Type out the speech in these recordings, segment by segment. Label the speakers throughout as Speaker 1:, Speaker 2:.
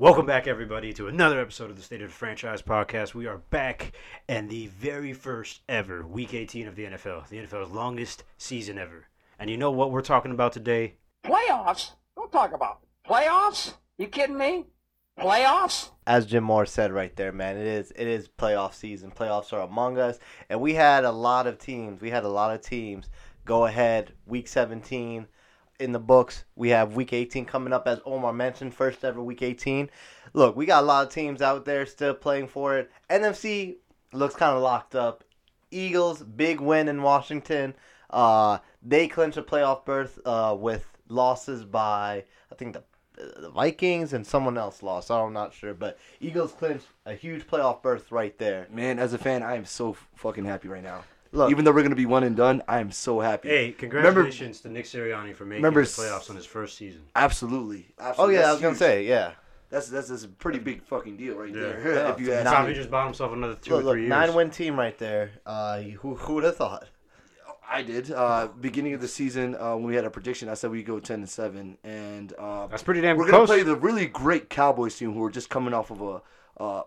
Speaker 1: Welcome back, everybody, to another episode of the State of the Franchise podcast. We are back and the very first ever Week 18 of the NFL, the NFL's longest season ever. And you know what we're talking about today?
Speaker 2: Playoffs? Don't talk about it. playoffs. You kidding me? Playoffs?
Speaker 3: as Jim Moore said right there, man, it is it is playoff season. Playoffs are among us, and we had a lot of teams. We had a lot of teams go ahead. Week 17 in the books. We have Week 18 coming up, as Omar mentioned, first ever Week 18. Look, we got a lot of teams out there still playing for it. NFC looks kind of locked up. Eagles big win in Washington. Uh, they clinch a playoff berth uh, with losses by I think the the Vikings and someone else lost. I'm not sure, but Eagles clinched a huge playoff berth right there.
Speaker 4: Man, as a fan, I am so f- fucking happy right now.
Speaker 3: Look,
Speaker 4: Even though we're gonna be one and done, I am so happy.
Speaker 1: Hey, congratulations to Nick Sirianni for making
Speaker 4: remember
Speaker 1: the
Speaker 4: s-
Speaker 1: playoffs on his first season.
Speaker 4: Absolutely.
Speaker 3: oh
Speaker 4: Absolutely.
Speaker 3: yeah, I
Speaker 4: That's
Speaker 3: was gonna
Speaker 4: huge.
Speaker 3: say yeah.
Speaker 4: that's that's, that's a pretty big fucking deal right
Speaker 1: Yeah.
Speaker 4: there.
Speaker 3: Yeah.
Speaker 4: if you ask
Speaker 1: Probably
Speaker 4: me.
Speaker 1: just bought himself another two
Speaker 3: Look,
Speaker 1: or
Speaker 3: look
Speaker 1: three years.
Speaker 3: nine win team right there. Uh, who who would have thought?
Speaker 4: I did. Uh, beginning of the season, uh, when we had a prediction, I said we go ten and seven, and uh,
Speaker 1: That's pretty damn
Speaker 4: we're
Speaker 1: close.
Speaker 4: gonna play the really great Cowboys team who are just coming off of a uh,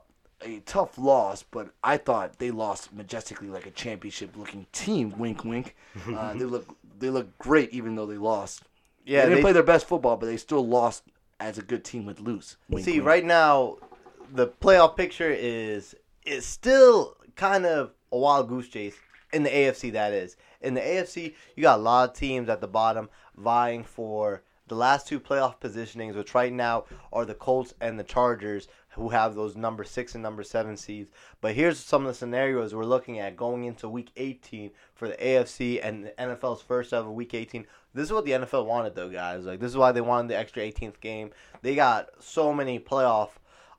Speaker 4: a tough loss, but I thought they lost majestically like a championship looking team. Wink, wink. Uh, they look they look great even though they lost.
Speaker 3: Yeah,
Speaker 4: they didn't
Speaker 3: they-
Speaker 4: play their best football, but they still lost as a good team would lose. Wink,
Speaker 3: See,
Speaker 4: wink.
Speaker 3: right now, the playoff picture is is still kind of a wild goose chase in the AFC. That is in the AFC, you got a lot of teams at the bottom vying for the last two playoff positionings, which right now are the Colts and the Chargers, who have those number six and number seven seeds. But here's some of the scenarios we're looking at going into Week 18 for the AFC and the NFL's first ever Week 18. This is what the NFL wanted, though, guys. Like this is why they wanted the extra 18th game. They got so many playoff.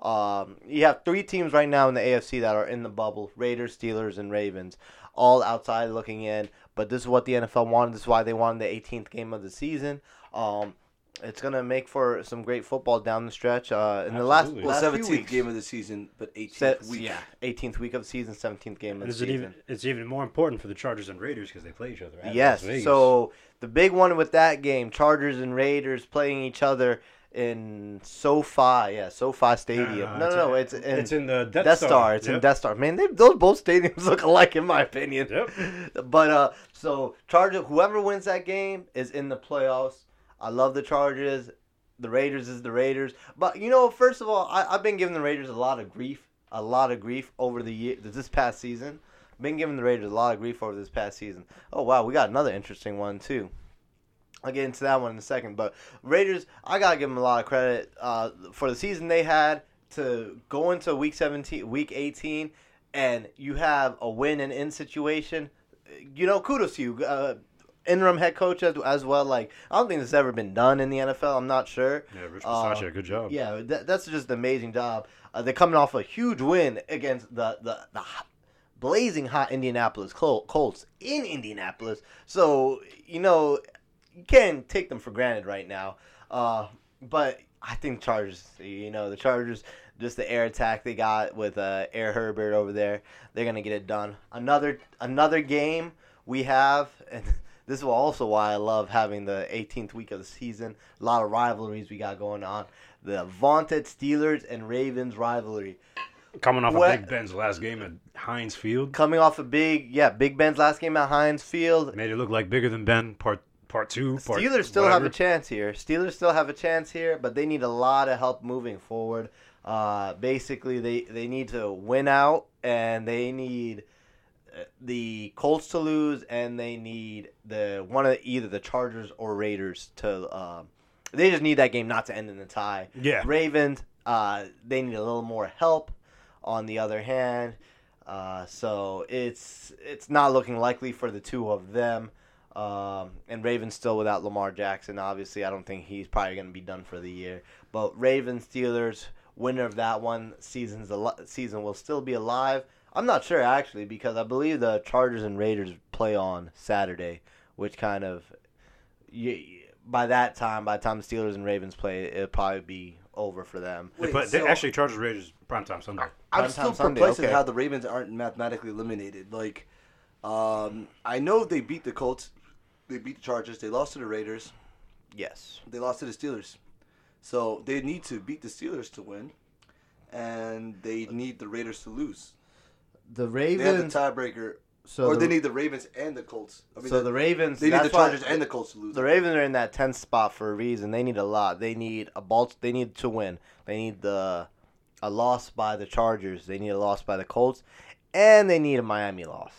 Speaker 3: Um, you have three teams right now in the AFC that are in the bubble: Raiders, Steelers, and Ravens, all outside looking in. But this is what the NFL wanted. This is why they wanted the 18th game of the season. Um, it's gonna make for some great football down the stretch. Uh, in the last,
Speaker 1: Absolutely.
Speaker 4: well,
Speaker 3: last few
Speaker 4: seventeenth
Speaker 3: weeks,
Speaker 4: game of the season, but
Speaker 3: Se-
Speaker 4: eighteenth week.
Speaker 3: yeah, 18th week of the season, 17th game
Speaker 1: And
Speaker 3: of the
Speaker 1: is it
Speaker 3: season.
Speaker 1: even, it's even more important for the Chargers and Raiders because they play each other. at Las
Speaker 3: Yes.
Speaker 1: Vegas.
Speaker 3: So the big one with that game, Chargers and Raiders playing each other in SoFi, yeah, SoFi Stadium.
Speaker 1: Uh,
Speaker 3: No, no, no, it's in,
Speaker 1: it's in the Death,
Speaker 3: Death Star. It's in
Speaker 1: Yep.
Speaker 3: Death Star. Man, they, those both stadiums look alike in my opinion.
Speaker 1: Yep.
Speaker 3: But uh, so Charger, whoever wins that game is in the playoffs. I love the Chargers. The Raiders is the Raiders. But you know, first of all, I, I've been giving the Raiders a lot of grief, a lot of grief over the year, this past season. Been giving the Raiders a lot of grief over this past season. Oh wow, we got another interesting one too. I'll get into that one in a second. But Raiders, I gotta give them a lot of credit uh, for the season they had to go into week seventeen, week eighteen, and you have a win and in situation. You know, kudos to you, uh, interim head coach as, as well. Like I don't think this has ever been done in the NFL. I'm not sure.
Speaker 1: Yeah, Rich
Speaker 3: Uh,
Speaker 1: Passaccia, good job.
Speaker 3: Yeah, that, that's just an amazing job. Uh, they're coming off a huge win against the the, the hot- blazing hot Indianapolis Col- Colts in Indianapolis. So you know you can't take them for granted right now. Uh, but I think Chargers, you know, the Chargers, just the air attack they got with uh, Air Herbert over there, they're gonna get it done. Another another game we have, and this is also why I love having the 18th week of the season. A lot of rivalries we got going on. The vaunted Steelers and Ravens rivalry.
Speaker 1: Coming off
Speaker 3: What-
Speaker 1: of Big Ben's last game at Heinz Field.
Speaker 3: Coming off a big, yeah, Big Ben's last game at Heinz Field.
Speaker 1: Made it look like bigger than Ben, part part two. Part
Speaker 3: Steelers still have
Speaker 1: whatever.
Speaker 3: a chance here. Steelers still have a chance here, but they need a lot of help moving forward. Uh, basically, they, they need to win out, and they need uh, the Colts to lose, and they need the one of either the Chargers or Raiders to. Um, they just need that game not to end in a tie.
Speaker 1: Yeah.
Speaker 3: Ravens, uh, they need a little more help. On the other hand, uh, so it's it's not looking likely for the two of them. Um, and Ravens still without Lamar Jackson. Obviously, I don't think he's probably going to be done for the year. But Ravens Steelers winner of that one season's al- season will still be alive. I'm not sure actually because I believe the Chargers and Raiders play on Saturday, which kind of you, by that time, by the time the Steelers and Ravens play, it'll probably be over for them.
Speaker 4: Wait,
Speaker 1: but they
Speaker 4: so-
Speaker 1: actually Chargers Raiders primetime Sunday.
Speaker 4: I'm
Speaker 3: Primetime
Speaker 4: still
Speaker 3: Sunday,
Speaker 4: perplexed
Speaker 3: okay.
Speaker 4: at how the Ravens aren't mathematically eliminated. Like, um, I know they beat the Colts, they beat the Chargers, they lost to the Raiders,
Speaker 3: Yes.
Speaker 4: they lost to the Steelers. So they need to beat the Steelers to win, and they need the Raiders to lose.
Speaker 3: The
Speaker 4: They have the
Speaker 3: Ravens.
Speaker 4: tiebreaker,
Speaker 3: so
Speaker 4: or
Speaker 3: the,
Speaker 4: they need the Ravens and the Colts. I mean,
Speaker 3: so
Speaker 4: the,
Speaker 3: the Ravens.
Speaker 4: they need the
Speaker 3: that's why-
Speaker 4: Chargers and the Colts to lose.
Speaker 3: The Ravens are in that 10th spot for a reason. They need a lot. They need a Balt. They need to win. They need the a loss by the Chargers. They need a loss by the Colts, and they need a Miami loss.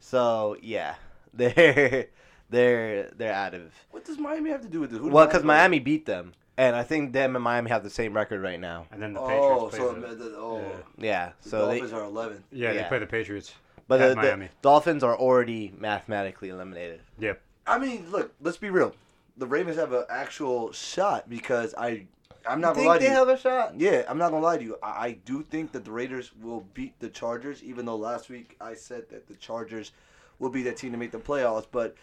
Speaker 3: So yeah, they're they're they're out of
Speaker 4: What does Miami have to do with it? Who did
Speaker 3: well because Miami beat them, and I think them and Miami have the same record right now.
Speaker 1: And then the
Speaker 4: Oh,
Speaker 1: Patriots play
Speaker 4: so
Speaker 1: the,
Speaker 4: the, the, oh,
Speaker 1: Yeah.
Speaker 3: Yeah,
Speaker 4: the
Speaker 3: so they
Speaker 4: Dolphins are 11.
Speaker 1: yeah,
Speaker 3: yeah.
Speaker 1: they play the Patriots.
Speaker 3: but
Speaker 1: at
Speaker 3: the, the
Speaker 1: Miami.
Speaker 3: Dolphins are already mathematically eliminated.
Speaker 1: Yep.
Speaker 4: I mean, look, let's be real. The Ravens have an actual shot because I, I'm not gonna lie
Speaker 3: think
Speaker 4: to
Speaker 3: they
Speaker 4: you.
Speaker 3: have a shot?
Speaker 4: Yeah, I'm not gonna lie to you. I, I do think that the Raiders will beat the Chargers, even though last week I said that the Chargers will be that team to make the playoffs. But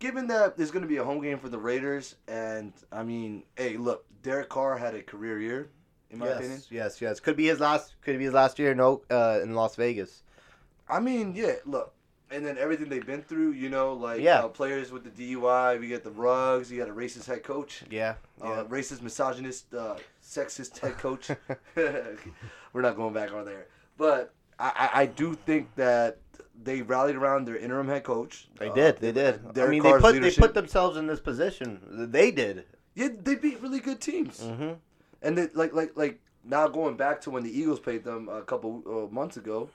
Speaker 4: given that there's gonna be a home game for the Raiders, and I mean, hey, look, Derek Carr had a career year, in my
Speaker 3: yes,
Speaker 4: opinion.
Speaker 3: yes, yes. Could be his last. Could be his last year. No, uh, in Las Vegas.
Speaker 4: I mean, yeah, look. And then everything they've been through, you know, like
Speaker 3: Yeah.
Speaker 4: uh, players with the DUI, we got the rugs, you got a racist head coach.
Speaker 3: Yeah,
Speaker 4: uh, racist, misogynist, uh, sexist head coach. We're not going back on there, but I, I, I do think that they rallied around their interim head coach.
Speaker 3: They
Speaker 4: Uh,
Speaker 3: did. Oh, They did. I
Speaker 4: Derek
Speaker 3: mean, they
Speaker 4: Carr's
Speaker 3: put
Speaker 4: leadership-
Speaker 3: they put themselves in this position. They did.
Speaker 4: Yeah, they beat really good teams,
Speaker 3: Mm-hmm.
Speaker 4: and they, like like like now going back to when the Eagles played them a couple uh, months ago.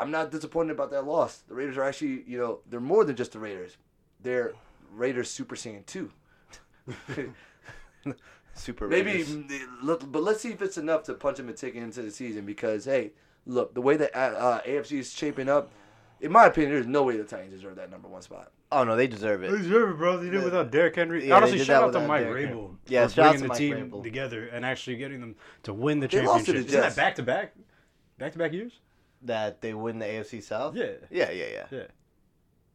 Speaker 4: I'm not disappointed about that loss. The Raiders are actually, you know, they're more than just the Raiders. They're Raiders Super Saiyan two.
Speaker 3: Super.
Speaker 4: Maybe,
Speaker 3: Raiders.
Speaker 4: let- but let's see if it's enough to punch him a ticket into the season because hey, look, the way that uh, uh, AFC is shaping up, in my opinion, there's no way the Titans deserve that number one spot.
Speaker 3: Oh no, they deserve it.
Speaker 1: deserve it, bro. They did it without Derrick Henry.
Speaker 3: Yeah, they
Speaker 1: Honestly,
Speaker 3: did
Speaker 1: shout
Speaker 3: that
Speaker 1: out to
Speaker 3: without
Speaker 1: Mike
Speaker 3: Derrick Henry.
Speaker 1: Rabel
Speaker 3: Yeah,
Speaker 1: for
Speaker 3: shout out
Speaker 1: bringing
Speaker 3: to
Speaker 1: the
Speaker 3: Mike
Speaker 1: team
Speaker 3: Rabel.
Speaker 1: together and actually getting them to win the
Speaker 4: They lost to
Speaker 1: championship.
Speaker 4: the
Speaker 1: Isn't
Speaker 4: Jets.
Speaker 1: that back to back, back to back years?
Speaker 3: That they win the AFC South.
Speaker 1: Yeah.
Speaker 3: Yeah, yeah, yeah.
Speaker 1: Yeah.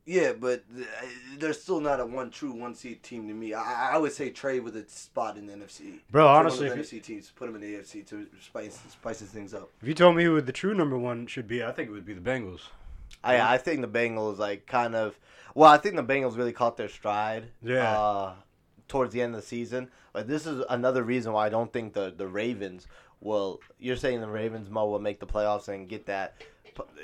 Speaker 4: Yeah, but uh, they're still not a one true one seed team to me. I, I- I would say trade with a spot in the NFC.
Speaker 1: Bro,
Speaker 4: Trade one
Speaker 1: honestly,
Speaker 4: of the
Speaker 1: if
Speaker 4: NFC teams put them in the AFC to spice spices things up.
Speaker 1: If you told me who the true number one should be, I think it would be the Bengals.
Speaker 3: Oh, I I think the Bengals like kind of. Well, I think the Bengals really caught their stride.
Speaker 1: Yeah.
Speaker 3: Uh, towards the end of the season, but this is another reason why I don't think the the Ravens will. You're saying the Ravens Mo will make the playoffs and get that.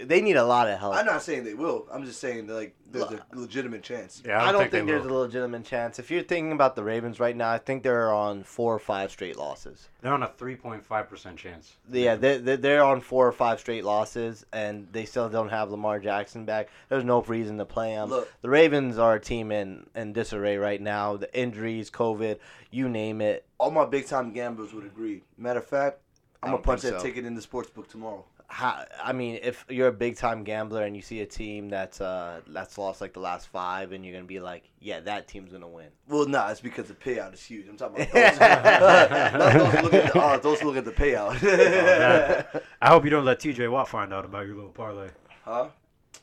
Speaker 3: They need a lot of help.
Speaker 4: I'm not saying they will. I'm just saying that like there's a legitimate chance.
Speaker 1: Yeah,
Speaker 3: I don't, think,
Speaker 1: they
Speaker 3: there's a legitimate chance. If you're thinking about the Ravens right now, I think they're on four or five straight losses.
Speaker 1: They're on a 3.5% chance.
Speaker 3: Yeah, they're, they're- they're on four or five straight losses, and they still don't have Lamar Jackson back. There's no reason to play him.
Speaker 4: Look.
Speaker 3: The Ravens are a team in, in disarray right now. The injuries, COVID, you name it.
Speaker 4: All my big time gamblers would agree. Matter of fact, I'm
Speaker 3: I
Speaker 4: gonna
Speaker 3: don't
Speaker 4: punch
Speaker 3: think
Speaker 4: that
Speaker 3: so.
Speaker 4: ticket in the sports book tomorrow.
Speaker 3: How, I mean, if you're a big time gambler and you see a team that's uh, that's lost like the last five, and you're gonna be like, yeah, that team's gonna win.
Speaker 4: Well, no, nah, it's because the payout is huge. I'm talking about those. Not those look at the odds, those look at the
Speaker 1: Uh-huh.
Speaker 4: payout.
Speaker 1: I hope you don't let TJ Watt find out about your little parlay.
Speaker 4: huh?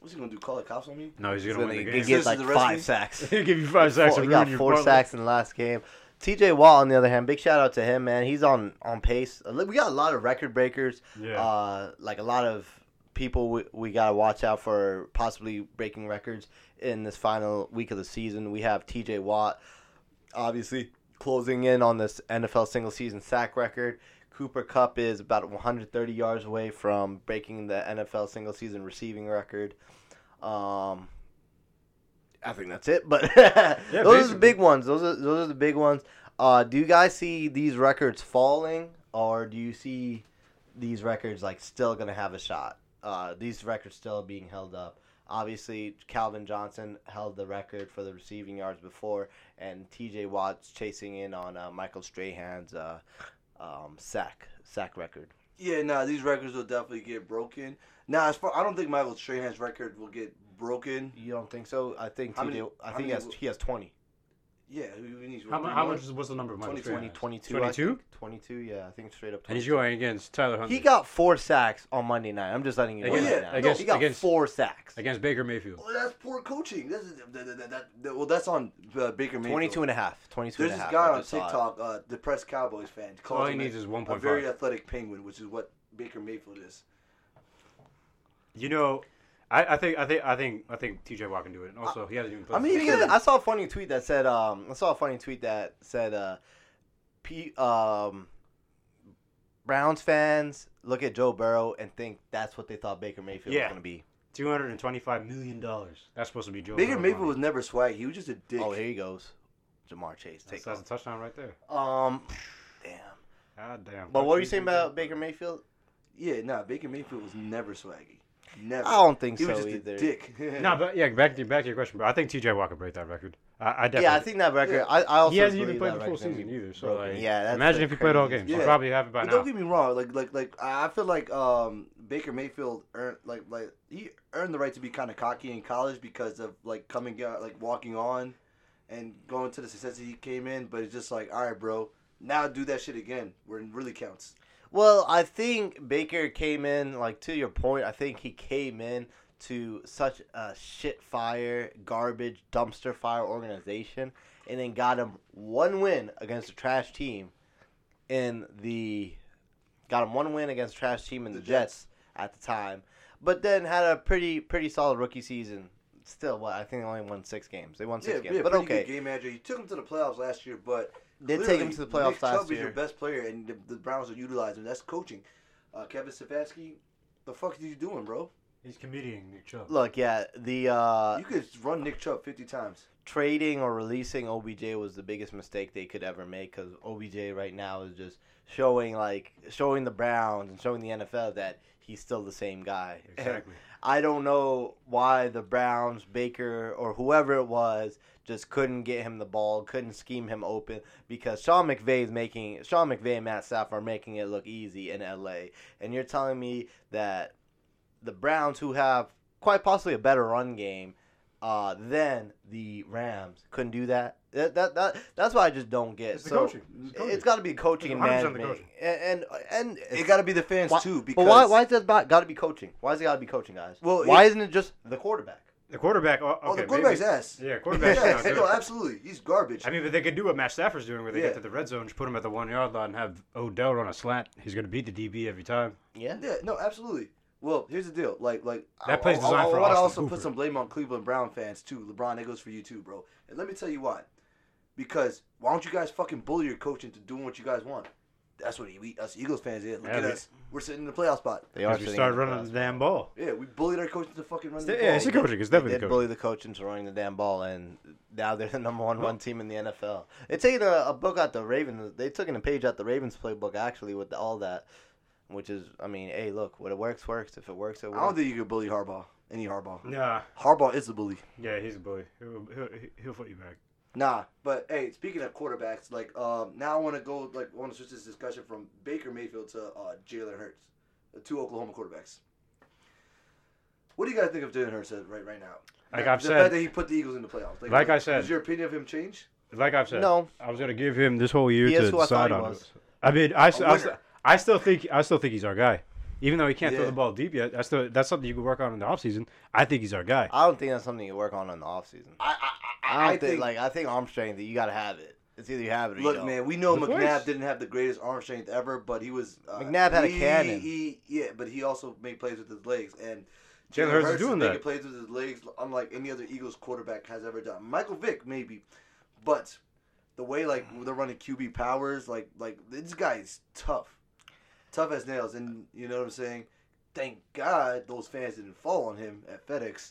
Speaker 4: What's he gonna do? Call the cops on me?
Speaker 1: No, he's going to
Speaker 3: He's gonna
Speaker 1: win the
Speaker 3: get,
Speaker 1: game.
Speaker 4: This
Speaker 3: get
Speaker 4: is
Speaker 3: like
Speaker 4: the rest of
Speaker 3: five
Speaker 4: these-
Speaker 3: sacks.
Speaker 1: He'll give you five sacks
Speaker 3: four,
Speaker 1: and
Speaker 3: he
Speaker 1: ruin
Speaker 3: got
Speaker 1: your
Speaker 3: four
Speaker 1: parlay.
Speaker 3: sacks in the last game. TJ Watt, on the other hand, big shout out to him, man. He's on on pace. We got a lot of record breakers.
Speaker 1: Yeah.
Speaker 3: Uh, like a lot of people we, we got to watch out for possibly breaking records in this final week of the season. We have TJ Watt, obviously closing in on this NFL single season sack record. Cooper Cup is about 130 yards away from breaking the NFL single season receiving record. Um, I think that's it. But those are
Speaker 1: basically.
Speaker 3: the big ones. Those are those are the big ones. Uh, do you guys see these records falling, or do you see these records like still gonna have a shot? Uh, these records still being held up. Obviously, Calvin Johnson held the record for the receiving yards before, and T.J. Watt's chasing in on uh, Michael Strahan's uh, um, sack sack record.
Speaker 4: Yeah, nah, these records will definitely get broken. Nah, as far I don't think Michael Strahan's record will get broken.
Speaker 3: You don't think so? I think
Speaker 4: How
Speaker 3: T.J.
Speaker 4: many-
Speaker 3: I
Speaker 4: how
Speaker 3: think he
Speaker 4: many
Speaker 3: has
Speaker 4: w-
Speaker 3: he has 20.
Speaker 4: Yeah, who who needs
Speaker 1: How, mu-
Speaker 4: three
Speaker 1: how
Speaker 4: more?
Speaker 1: much was the number of Michael
Speaker 4: 20,
Speaker 1: Strahan?
Speaker 3: 22.
Speaker 1: 22?
Speaker 3: 22, yeah, I think straight up. 22.
Speaker 1: And he's going against Tyler Huntley.
Speaker 3: He got four sacks on Monday night. I'm just letting you know.
Speaker 1: Against-
Speaker 3: right now.
Speaker 1: against-
Speaker 3: he got
Speaker 1: against-
Speaker 3: four sacks.
Speaker 1: against Baker Mayfield.
Speaker 4: Well, that's poor coaching. This is, that, that, that, that- well, that's on uh, Baker Mayfield.
Speaker 3: 22 and a half. 22
Speaker 4: There's
Speaker 3: and
Speaker 4: this
Speaker 3: a half.
Speaker 4: guy
Speaker 3: I
Speaker 4: on
Speaker 3: just saw it.
Speaker 4: TikTok, uh, depressed Cowboys fan.
Speaker 1: All
Speaker 4: calls
Speaker 1: he
Speaker 4: him
Speaker 1: needs
Speaker 4: a-
Speaker 1: is
Speaker 4: a very
Speaker 1: 1.5.
Speaker 4: athletic penguin, which is what Baker Mayfield is.
Speaker 1: You know, I, I think I think I think I think TJ Watt can do it. And also, he hasn't even played.
Speaker 4: I mean,
Speaker 3: Thing is, I saw a funny tweet that said, um, I saw a funny tweet that said, uh, P, um, Browns fans look at Joe Burrow and think that's what they thought Baker Mayfield
Speaker 1: Yeah.
Speaker 3: was going to be.
Speaker 1: Two hundred and twenty-five million dollars. That's supposed to be Joe.
Speaker 4: Baker
Speaker 1: Burrow's
Speaker 4: Mayfield
Speaker 1: money.
Speaker 4: was never swag. He was just a dick.
Speaker 3: Oh, here he goes. Jamar Chase,
Speaker 1: That's,
Speaker 3: take
Speaker 1: that's a
Speaker 3: off.
Speaker 1: touchdown right there.
Speaker 3: Um, damn.
Speaker 1: God damn.
Speaker 3: But
Speaker 1: are
Speaker 3: what were you saying about Baker Mayfield?
Speaker 4: yeah, nah. Baker Mayfield was never swaggy. Never.
Speaker 3: I don't think
Speaker 4: he
Speaker 3: so
Speaker 4: was just
Speaker 3: either.
Speaker 4: a dick.
Speaker 1: No, but yeah, back to back to your question. But I think T.J. Walker break that record. I, I definitely.
Speaker 3: Yeah, I think that record. I, I also
Speaker 1: he hasn't
Speaker 3: believe
Speaker 1: even played
Speaker 3: that
Speaker 1: the full
Speaker 3: record's gonna
Speaker 1: season
Speaker 3: be
Speaker 1: either. So
Speaker 3: broken.
Speaker 1: like,
Speaker 3: yeah, that's
Speaker 1: imagine
Speaker 3: the
Speaker 1: if he played all
Speaker 3: craziest
Speaker 1: games.
Speaker 4: Yeah.
Speaker 1: You probably have it by
Speaker 4: But
Speaker 1: now.
Speaker 4: don't get me wrong. Like, like, like. I I feel like um, Baker Mayfield earned, like, like he earned the right to be kind of cocky in college because of like coming out, like walking on, and going to the success that he came in. But it's just like, all right, bro, now do that shit again where it really counts.
Speaker 3: Well, I think Baker came in like to your point. I think he came in to such a shit fire, garbage dumpster fire organization, and then got him one win against a trash team in the got him one win against a trash team in the,
Speaker 4: The
Speaker 3: Jets at the time, but then had a pretty pretty solid rookie season. Still, what I think they only won six games. They won six games, but
Speaker 4: pretty
Speaker 3: okay.
Speaker 4: good game manager. You took him to the playoffs last year, but
Speaker 3: Did take
Speaker 4: clearly
Speaker 3: him to the playoffs
Speaker 4: Nick
Speaker 3: last
Speaker 4: Chubb is
Speaker 3: year.
Speaker 4: your best player, and the, the Browns are utilizing. him. That's coaching. Uh, Kevin Stefanski, the fuck are you doing, bro?
Speaker 1: He's comedian Nick Chubb.
Speaker 3: Look, yeah, the uh,
Speaker 4: You could run Nick Chubb fifty times.
Speaker 3: trading or releasing OBJ was the biggest mistake they could ever make because OBJ right now is just showing like showing the Browns and showing the NFL that he's still the same guy.
Speaker 1: Exactly.
Speaker 3: I don't know why the Browns, Baker, or whoever it was, just couldn't get him the ball, couldn't scheme him open because Sean McVay's making Sean McVay and Matt Stafford are making it look easy in LA. And you're telling me that the Browns, who have quite possibly a better run game uh, than the Rams, couldn't do that. That, that, that that's what I just don't get.
Speaker 1: It's the
Speaker 3: so
Speaker 1: coaching. It's the coaching.
Speaker 3: it's got to be coaching
Speaker 1: It's
Speaker 3: and
Speaker 1: 100% the
Speaker 3: management,
Speaker 1: coaching.
Speaker 3: and and, and
Speaker 4: It got to be the fans
Speaker 3: why-
Speaker 4: too, because
Speaker 3: but why, why is that got to be coaching? Why is it got to be coaching, guys?
Speaker 4: Well,
Speaker 3: why
Speaker 4: it-
Speaker 3: is isn't it just the quarterback?
Speaker 1: The quarterback. oh,
Speaker 4: oh,
Speaker 1: okay,
Speaker 4: the quarterback's
Speaker 1: maybe-
Speaker 4: ass.
Speaker 1: Yeah, quarterback's
Speaker 4: Yes,
Speaker 1: not good.
Speaker 4: no, absolutely, he's garbage.
Speaker 1: I mean, but they could do what Matt Stafford's doing, where they
Speaker 4: Yeah.
Speaker 1: get to the red zone, just put him at the one yard line, and have Odell run a slant. He's going to beat the DB every time.
Speaker 3: Yeah.
Speaker 4: Yeah, no, absolutely. Well, here's the deal. Like, like
Speaker 1: That play's
Speaker 4: I,
Speaker 1: designed for
Speaker 4: want to
Speaker 1: Austin
Speaker 4: also
Speaker 1: Hooper.
Speaker 4: put some blame on Cleveland Brown fans too. LeBron, that goes for you too, bro. And let me tell you why. Because why don't you guys fucking bully your coach into doing what you guys want? That's what we us Eagles fans did. Look
Speaker 1: Yeah,
Speaker 4: at
Speaker 1: we-
Speaker 4: us. We're sitting in the playoff spot.
Speaker 3: They
Speaker 1: Because we
Speaker 3: sitting
Speaker 1: started
Speaker 3: in the
Speaker 1: running
Speaker 3: playoffs.
Speaker 1: the damn ball.
Speaker 4: Yeah, we bullied our coach into fucking running. the
Speaker 1: Yeah, it's
Speaker 4: ball.
Speaker 1: the coaching. It's
Speaker 3: They
Speaker 1: definitely the
Speaker 3: did
Speaker 1: coaching.
Speaker 3: bully the coach into running the damn ball, and now they're the number one one team in the NFL. They taking a, a book out the Ravens. They took in a page out the Ravens playbook actually with all that, which is, I mean, hey, look, what it works works. If it works, it
Speaker 4: I don't
Speaker 3: works.
Speaker 4: think you could bully Harbaugh. Any Harbaugh.
Speaker 1: Nah,
Speaker 4: Harbaugh is the bully.
Speaker 1: yeah, he's a bully. He'll, he'll, he'll put you back.
Speaker 4: Nah, but hey, speaking of quarterbacks, like um, now I want to go like want to switch this discussion from Baker Mayfield to uh, Jalen Hurts, the two Oklahoma quarterbacks. What do you guys think of Jalen Hurts at- right right now?
Speaker 1: Like
Speaker 4: The-
Speaker 1: I've
Speaker 4: the
Speaker 1: said-
Speaker 4: fact that he put the Eagles in the playoffs.
Speaker 1: Like I said.
Speaker 4: does your opinion of him change?
Speaker 1: Like I've said,
Speaker 3: No.
Speaker 1: I was going to give him this whole year
Speaker 3: He is
Speaker 1: to
Speaker 3: who I
Speaker 1: decide
Speaker 3: thought he
Speaker 1: on.
Speaker 3: was.
Speaker 1: it. I mean, I, s-
Speaker 4: A
Speaker 1: I s-
Speaker 4: winner.
Speaker 1: I still think I still think he's our guy, even though he can't throw
Speaker 4: Yeah.
Speaker 1: the ball deep yet. That's still that's something you can work on in the offseason. I think he's our guy.
Speaker 3: I don't think that's something you work on in the offseason.
Speaker 4: I I,
Speaker 3: I don't think, like I think arm strength. You gotta have it. It's either you have it or you
Speaker 4: Look,
Speaker 3: don't.
Speaker 4: man, we know
Speaker 1: Of
Speaker 4: McNabb
Speaker 1: course.
Speaker 4: didn't have the greatest arm strength ever, but he was. Uh,
Speaker 3: McNabb had a
Speaker 4: he-
Speaker 3: cannon.
Speaker 4: He, yeah, but he also made plays with his legs, and
Speaker 1: Jalen Hurts is doing that.
Speaker 4: making plays with his legs, unlike any other Eagles quarterback has ever done. Michael Vick, maybe, but the way like they're running QB powers, like like this guy's tough, tough as nails, and you know what I'm saying. Thank God those fans didn't fall on him at FedEx.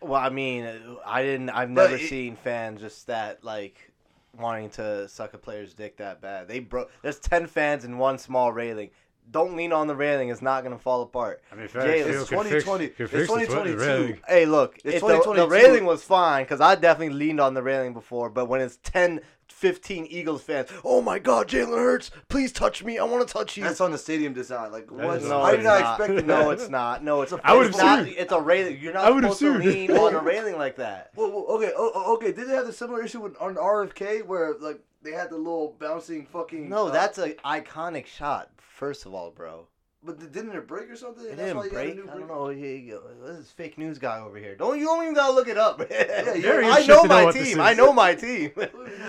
Speaker 3: Well, I mean, I didn't. I've
Speaker 4: But
Speaker 3: never
Speaker 4: it-
Speaker 3: seen fans just that like wanting to suck a player's dick that bad. They broke. There's ten fans in one small railing. Don't lean on the railing; it's not gonna fall apart.
Speaker 1: I mean,
Speaker 3: Jalen,
Speaker 1: Fitzgerald
Speaker 4: it's
Speaker 1: could fix-
Speaker 4: 2020.
Speaker 1: could
Speaker 4: It's
Speaker 1: fix the
Speaker 4: 2022.
Speaker 1: railing.
Speaker 3: Hey, look,
Speaker 4: It's
Speaker 3: if the, the
Speaker 4: 2022.
Speaker 3: railing was fine because I definitely leaned on the railing before. But when it's 10, 15 Eagles fans, oh my God, Jalen Hurts, please touch me. I want to touch you.
Speaker 4: That's on the stadium design. Like, what?
Speaker 1: is
Speaker 3: No,
Speaker 4: How
Speaker 1: on-
Speaker 4: you
Speaker 3: it's
Speaker 4: not
Speaker 3: not.
Speaker 4: expecting that?
Speaker 3: No, it's not. No, it's a.
Speaker 1: I would
Speaker 3: it's
Speaker 1: have
Speaker 3: not-
Speaker 1: sued.
Speaker 3: It's a railing. You're not
Speaker 1: I would have
Speaker 3: supposed to
Speaker 1: sued.
Speaker 3: lean on a railing like that.
Speaker 4: Well, well, okay, oh, oh, okay. Did they have the similar issue with on RFK where like they had the little bouncing fucking?
Speaker 3: No,
Speaker 4: uh,
Speaker 3: that's an iconic shot. First of all, bro,
Speaker 4: But th- didn't it break or something?
Speaker 3: it
Speaker 4: That's why
Speaker 3: didn't
Speaker 4: you got a
Speaker 3: break.
Speaker 4: new
Speaker 3: I don't
Speaker 4: break-
Speaker 3: know. Here you go. This is fake news guy over here. Don't you don't even gotta look it up.
Speaker 4: you're
Speaker 3: I
Speaker 1: interested
Speaker 3: know
Speaker 1: in
Speaker 3: my
Speaker 1: what this
Speaker 3: team. I
Speaker 1: is.
Speaker 3: know my team.
Speaker 4: Yeah,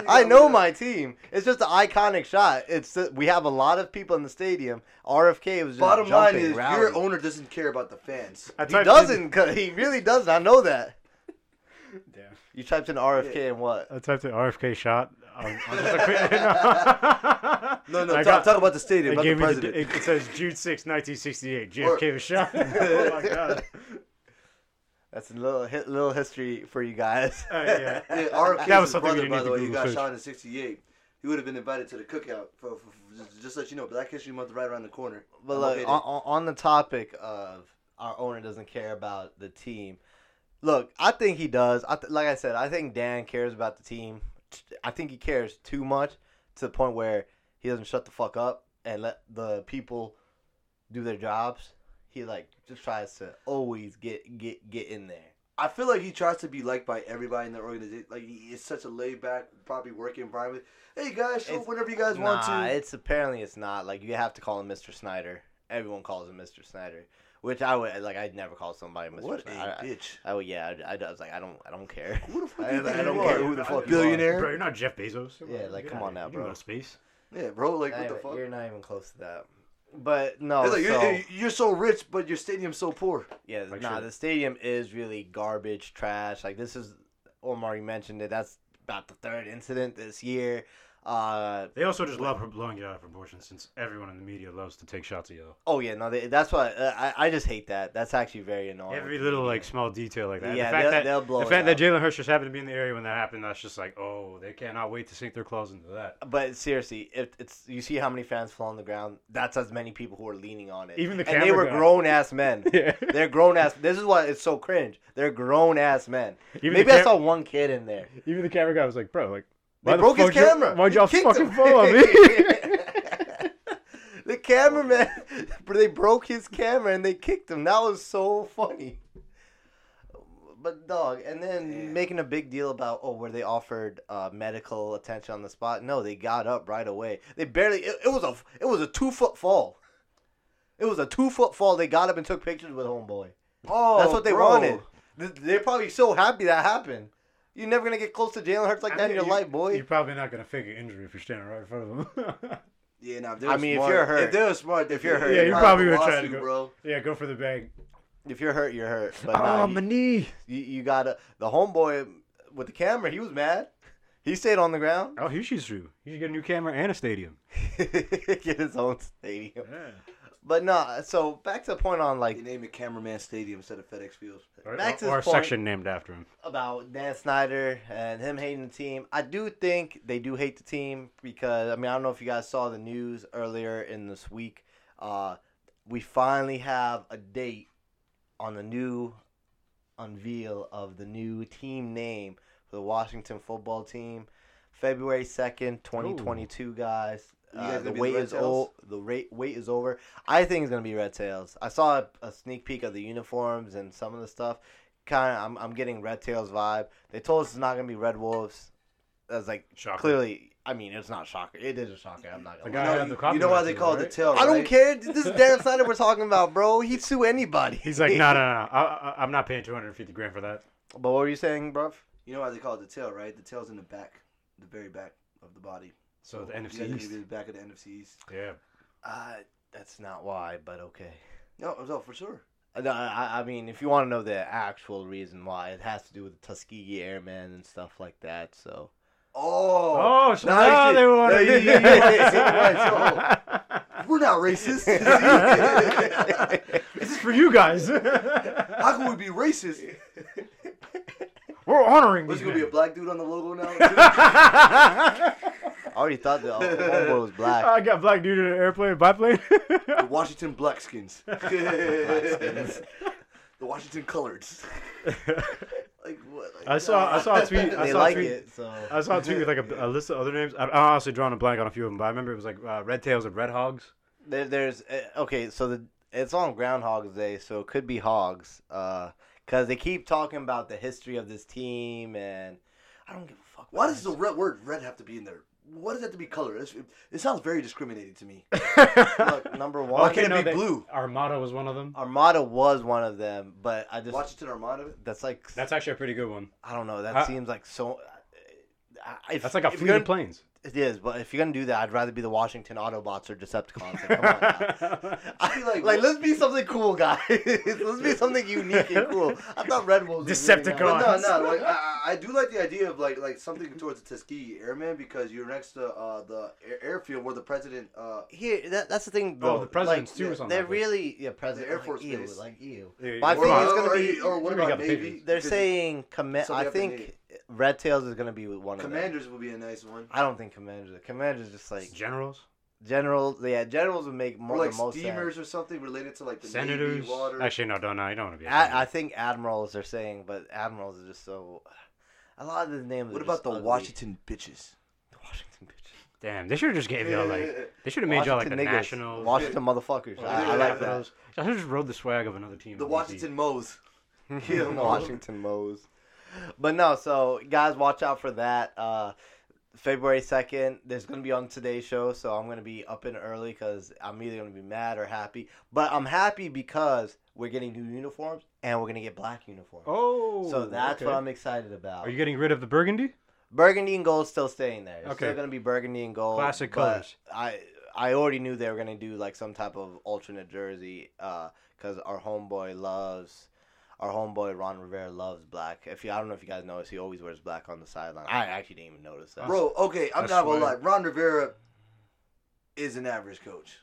Speaker 3: I know
Speaker 4: yeah.
Speaker 3: my team. It's just an iconic shot. It's the, we have a lot of people in the stadium. RFK was just
Speaker 4: Bottom line
Speaker 3: jumping,
Speaker 4: is your
Speaker 3: rowdy.
Speaker 4: owner doesn't care about the fans.
Speaker 1: I
Speaker 3: He
Speaker 1: typed in-
Speaker 3: doesn't. 'cause he really doesn't. I know that.
Speaker 1: Damn.
Speaker 3: You typed in RFK and what?
Speaker 1: I typed in RFK shot. on, on just a quick- no.
Speaker 3: No, no,
Speaker 1: I got-
Speaker 3: talk, talk about the stadium,
Speaker 1: It
Speaker 3: about the
Speaker 1: gave me the-
Speaker 3: president.
Speaker 1: it, it says June 6, 1968. JFK was shot. oh my god.
Speaker 3: That's a little hi- little history for you guys.
Speaker 1: Uh, yeah.
Speaker 4: Yeah, RFK's
Speaker 1: That was
Speaker 4: his
Speaker 1: something we
Speaker 4: brother,
Speaker 1: didn't
Speaker 4: by
Speaker 1: need
Speaker 4: the
Speaker 1: to
Speaker 4: way, who
Speaker 1: Google
Speaker 4: got
Speaker 1: search.
Speaker 4: shot in '68. He would have been invited to the cookout. For, for, for- just, just to let you know, Black History Month right around the corner.
Speaker 3: But uh,
Speaker 4: I'm
Speaker 3: look,
Speaker 4: located.
Speaker 3: on, on on the topic of our owner doesn't care about the team. Look, I think he does. I th- like I said, I think Dan cares about the team. I think he cares too much to the point where he doesn't shut the fuck up and let the people do their jobs. He like just tries to always get get get in there.
Speaker 4: I feel like he tries to be liked by everybody in the organization. Like he- it's such a laid back, probably work environment. Hey guys, show
Speaker 3: It's-
Speaker 4: up whenever you guys want
Speaker 3: Nah,
Speaker 4: to.
Speaker 3: it's apparently it's not. Like you have to call him Mr. Snyder. Everyone calls him Mr. Snyder, which I would like. I'd never call somebody Mr.
Speaker 4: What a
Speaker 3: Snyder. I-
Speaker 4: bitch!
Speaker 3: Oh yeah, I, I was like, I don't, I don't care.
Speaker 4: Who the fuck
Speaker 3: I,
Speaker 4: do you think
Speaker 3: I don't
Speaker 4: you
Speaker 3: care
Speaker 4: are?
Speaker 3: who the fuck you
Speaker 4: Billionaire?
Speaker 1: Bro, you're not Jeff Bezos.
Speaker 3: Yeah, like,
Speaker 1: Get
Speaker 3: come
Speaker 1: outta here. You
Speaker 3: on now,
Speaker 1: don't
Speaker 3: bro.
Speaker 1: go to space.
Speaker 4: Yeah, bro. Like
Speaker 3: are.
Speaker 4: what the
Speaker 3: Anyway,
Speaker 4: fuck?
Speaker 3: You're not even close to that. But no,
Speaker 4: It's like,
Speaker 3: so,
Speaker 4: you're, you're so rich, but your stadium's so poor.
Speaker 3: yeah,
Speaker 1: Like,
Speaker 3: nah,
Speaker 1: sure.
Speaker 3: the stadium is really garbage, trash. Like this is, Omar, you mentioned it. That's about the third incident this year. Uh,
Speaker 1: They also just love blowing it out of proportion since everyone in the media loves to take shots at you.
Speaker 3: oh yeah, no, they, that's why uh, I, I just hate that. That's actually very annoying.
Speaker 1: Every little like small detail like that.
Speaker 3: Yeah,
Speaker 1: the fact
Speaker 3: they'll-
Speaker 1: that
Speaker 3: they'll blow
Speaker 1: the
Speaker 3: it
Speaker 1: fact that Jalen Hurts just happened to be in the area when that happened, that's just like, oh, they cannot wait to sink their claws into that.
Speaker 3: But seriously, if it's you see how many fans fall on the ground, that's as many people who are leaning on it.
Speaker 1: Even the
Speaker 3: and they
Speaker 1: camera
Speaker 3: were
Speaker 1: guy.
Speaker 3: grown ass men.
Speaker 1: Yeah.
Speaker 3: They're grown ass. This is why it's so cringe. They're grown ass men.
Speaker 1: Even
Speaker 3: Maybe
Speaker 1: the
Speaker 3: I
Speaker 1: cam-
Speaker 3: saw one kid in there.
Speaker 1: Even the camera guy was like, bro, like,
Speaker 3: They broke his
Speaker 1: fuck y'all-
Speaker 3: camera.
Speaker 1: Why'd
Speaker 3: He
Speaker 1: y'all
Speaker 3: kicked
Speaker 1: fucking
Speaker 3: him.
Speaker 1: follow me?
Speaker 3: the cameraman, but they broke his camera and they kicked him. That was so funny. But dog, and then making a big deal about oh, where they offered uh, medical attention on the spot. No, they got up right away. They barely. It, it was a it was a two foot fall. It was a two foot fall. They got up and took pictures with homeboy.
Speaker 4: Oh,
Speaker 3: That's what they
Speaker 4: bro.
Speaker 3: wanted. Th- They're probably so happy that happened. You're never gonna get close to Jalen Hurts like
Speaker 1: I
Speaker 3: that
Speaker 1: mean,
Speaker 3: in your
Speaker 1: you-
Speaker 3: life, boy.
Speaker 1: You're probably not gonna fake an injury if you're standing right in front of him.
Speaker 4: Yeah, nah, if they
Speaker 3: I
Speaker 4: were
Speaker 3: mean, if
Speaker 4: smart,
Speaker 3: you're hurt-
Speaker 4: if they were smart, if
Speaker 3: you're hurt,
Speaker 1: yeah, you
Speaker 3: you're
Speaker 1: probably would try to
Speaker 4: lawsuit,
Speaker 1: go.
Speaker 4: bro.
Speaker 1: Yeah, go for the bag.
Speaker 3: If you're hurt, you're hurt.
Speaker 1: Oh,
Speaker 3: But nah, you-
Speaker 1: knee.
Speaker 3: You, you gotta the homeboy with the camera. He was mad. He stayed on the ground.
Speaker 1: Oh, he shoots you. He should get a new camera and a stadium.
Speaker 3: Get his own stadium.
Speaker 1: Yeah.
Speaker 3: But no. So back to the point on
Speaker 4: They
Speaker 3: like
Speaker 4: named it Cameraman Stadium instead of FedEx Field.
Speaker 1: Or,
Speaker 3: Back to
Speaker 1: or
Speaker 3: this
Speaker 1: a
Speaker 3: point.
Speaker 1: section named after him.
Speaker 3: about Dan Snyder and him hating the team. I do think they do hate the team because I mean I don't know if you guys saw the news earlier in this week. Uh, we finally have a date on the new unveil of the new team name for the Washington football team. February second, twenty twenty two, guys.
Speaker 4: You
Speaker 3: Uh,
Speaker 4: guys gonna
Speaker 3: the
Speaker 4: be the
Speaker 3: wait
Speaker 4: Red
Speaker 3: is o-
Speaker 4: Tails?
Speaker 3: the rate wait is over. I think it's gonna be Red Tails. I saw a, a sneak peek of the uniforms and some of the stuff. Kind of, I'm, I'm getting Red Tails vibe. They told us it's not gonna be Red Wolves. That's like
Speaker 1: Shocker.
Speaker 3: clearly. I mean, it's not shocker. It is a shocker. I'm not
Speaker 1: The
Speaker 3: gonna.
Speaker 1: guy
Speaker 3: lie.
Speaker 1: had the
Speaker 4: You know, you know why they
Speaker 1: copyright
Speaker 4: call
Speaker 1: to
Speaker 4: it
Speaker 1: it,
Speaker 4: the
Speaker 1: right?
Speaker 4: tail,
Speaker 3: I don't
Speaker 4: right?
Speaker 3: care. This is Dan Snyder we're talking about, bro. He'd sue anybody.
Speaker 1: He's like, no, no, no. I, I, I'm not paying 250 grand for that.
Speaker 3: But what were you saying, bruv?
Speaker 4: You know why they call it the tail, right? The tail's in the back, the very back of the body.
Speaker 1: So the
Speaker 4: You guys
Speaker 1: NFC
Speaker 4: think
Speaker 1: East.
Speaker 4: it'd be the back of the NFC East.
Speaker 1: Yeah.
Speaker 3: Uh, that's not why, but okay.
Speaker 4: No, no, for sure.
Speaker 3: Uh, No, I, I mean, if you want to know the actual reason why, it has to do with the Tuskegee Airmen and stuff like that. So
Speaker 4: Oh,
Speaker 1: Oh, so
Speaker 4: no,
Speaker 1: now
Speaker 4: you-
Speaker 1: they want
Speaker 4: no,
Speaker 1: to
Speaker 4: you- you-
Speaker 1: do
Speaker 4: you- you- we're not racist.
Speaker 1: This is for you guys.
Speaker 4: How can we be racist?
Speaker 1: We're honoring
Speaker 4: What's
Speaker 1: these
Speaker 4: gonna be a
Speaker 1: men.
Speaker 4: black dude on the logo now?
Speaker 3: I already thought the the homeboy was black.
Speaker 1: I got black dude in an airplane, biplane.
Speaker 4: the Washington Blackskins. the Washington Coloreds. like what? Like,
Speaker 1: I saw, I
Speaker 4: nah.
Speaker 1: saw a tweet. I
Speaker 3: They
Speaker 1: saw
Speaker 3: like
Speaker 1: a tweet.
Speaker 3: it, so
Speaker 1: I saw a tweet with like a, a list of other names. I, I honestly drawn a blank on a few of them, but I remember it was like uh, Red Tails and Red Hogs.
Speaker 3: there, there's uh, okay. So the it's on Groundhog's Day, so it could be hogs. Uh, cause they keep talking about the history of this team, and I don't give a fuck.
Speaker 4: Why
Speaker 3: about
Speaker 4: does the red word red have to be in there? What does that to be color? It's, it, it sounds very discriminating to me.
Speaker 3: Look, number one?
Speaker 4: Why
Speaker 1: Okay,
Speaker 4: can't
Speaker 1: no,
Speaker 4: it be
Speaker 1: they-
Speaker 4: blue?
Speaker 1: Armada was one of them.
Speaker 3: Armada was one of them, but I just
Speaker 4: Washington Armada.
Speaker 3: that's like
Speaker 1: That's actually a pretty good one.
Speaker 3: I don't know. That
Speaker 1: I-
Speaker 3: seems like so. eh, I- I- If,
Speaker 1: That's like a
Speaker 3: if
Speaker 1: fleet
Speaker 3: you're
Speaker 1: of planes.
Speaker 3: It is, but if you're gonna do that, I'd rather be the Washington Autobots or Decepticons. Like, come on now. I
Speaker 4: Be
Speaker 3: like,
Speaker 4: like-
Speaker 3: like, let's be something cool, guys. let's be something unique and cool. I thought Red Bulls. was really nice.
Speaker 1: Decepticon.
Speaker 4: But no, no. Like I, I I do like the idea of like like something towards the Tuskegee Airmen because you're next to uh, the air- airfield where the president. Uh,
Speaker 3: Here, that, that's the thing, bro.
Speaker 1: Oh, the president's
Speaker 3: like,
Speaker 1: too or
Speaker 3: they're-
Speaker 1: something
Speaker 3: They're
Speaker 1: like that.
Speaker 3: really yeah, president.
Speaker 4: Air
Speaker 3: like,
Speaker 4: Force
Speaker 3: ew,
Speaker 4: Base.
Speaker 3: like you.
Speaker 1: Yeah,
Speaker 3: My
Speaker 1: or-
Speaker 3: thing is
Speaker 1: or-
Speaker 3: gonna
Speaker 4: or-
Speaker 3: be-
Speaker 4: or what
Speaker 1: Somebody
Speaker 4: about
Speaker 1: got the
Speaker 4: Navy?
Speaker 1: pictures.
Speaker 3: They're
Speaker 4: Because
Speaker 3: saying commit.
Speaker 4: something
Speaker 3: I
Speaker 4: up in
Speaker 3: think Red Tails is gonna be with one of them.
Speaker 4: commanders would be a nice one.
Speaker 3: I don't think commanders. Commanders just like
Speaker 1: Generals,
Speaker 3: generals. Yeah, generals would make more
Speaker 4: Or like
Speaker 3: the most
Speaker 4: steamers
Speaker 3: sense.
Speaker 4: or something related to like the
Speaker 1: senators.
Speaker 4: Navy, water.
Speaker 1: Actually, no, don't. No, you don't want to be. a
Speaker 3: I, I
Speaker 1: senator.
Speaker 3: think admirals are saying, but admirals are just so. A lot of the names. are
Speaker 4: what
Speaker 3: just
Speaker 4: about the
Speaker 3: ugly.
Speaker 4: Washington bitches? Eh,
Speaker 3: The Washington bitches.
Speaker 1: Damn, they should have just gave y'all like. They should have made y'all like the
Speaker 3: Washington niggas.
Speaker 1: nationals.
Speaker 3: Washington motherfuckers.
Speaker 1: or the
Speaker 3: I, I like that.
Speaker 1: capitals. I should have just rode the swag of another team.
Speaker 4: The
Speaker 1: on
Speaker 4: Washington Moes.
Speaker 3: Yeah, Washington Moes. But no, so guys, watch out for that. Uh, February second, there's gonna be on today's show, so I'm gonna be up and early because I'm either gonna be mad or happy. But I'm happy because we're getting new uniforms and we're gonna get black uniforms.
Speaker 1: Oh,
Speaker 3: so that's
Speaker 1: okay.
Speaker 3: what I'm excited about.
Speaker 1: Are you getting rid of the burgundy?
Speaker 3: Burgundy and gold still staying there. It's
Speaker 1: Okay.
Speaker 3: still gonna be burgundy and gold.
Speaker 1: Classic
Speaker 3: but
Speaker 1: colors.
Speaker 3: I I already knew they were gonna do like some type of alternate jersey, uh, because our homeboy loves. Our homeboy Ron Rivera loves black. If you, I don't know if you guys notice, he always wears black on the sideline. I actually didn't even notice that.
Speaker 4: Bro, okay, I'm
Speaker 1: I
Speaker 4: not gonna lie.
Speaker 1: swear.
Speaker 4: Ron Rivera is an average coach.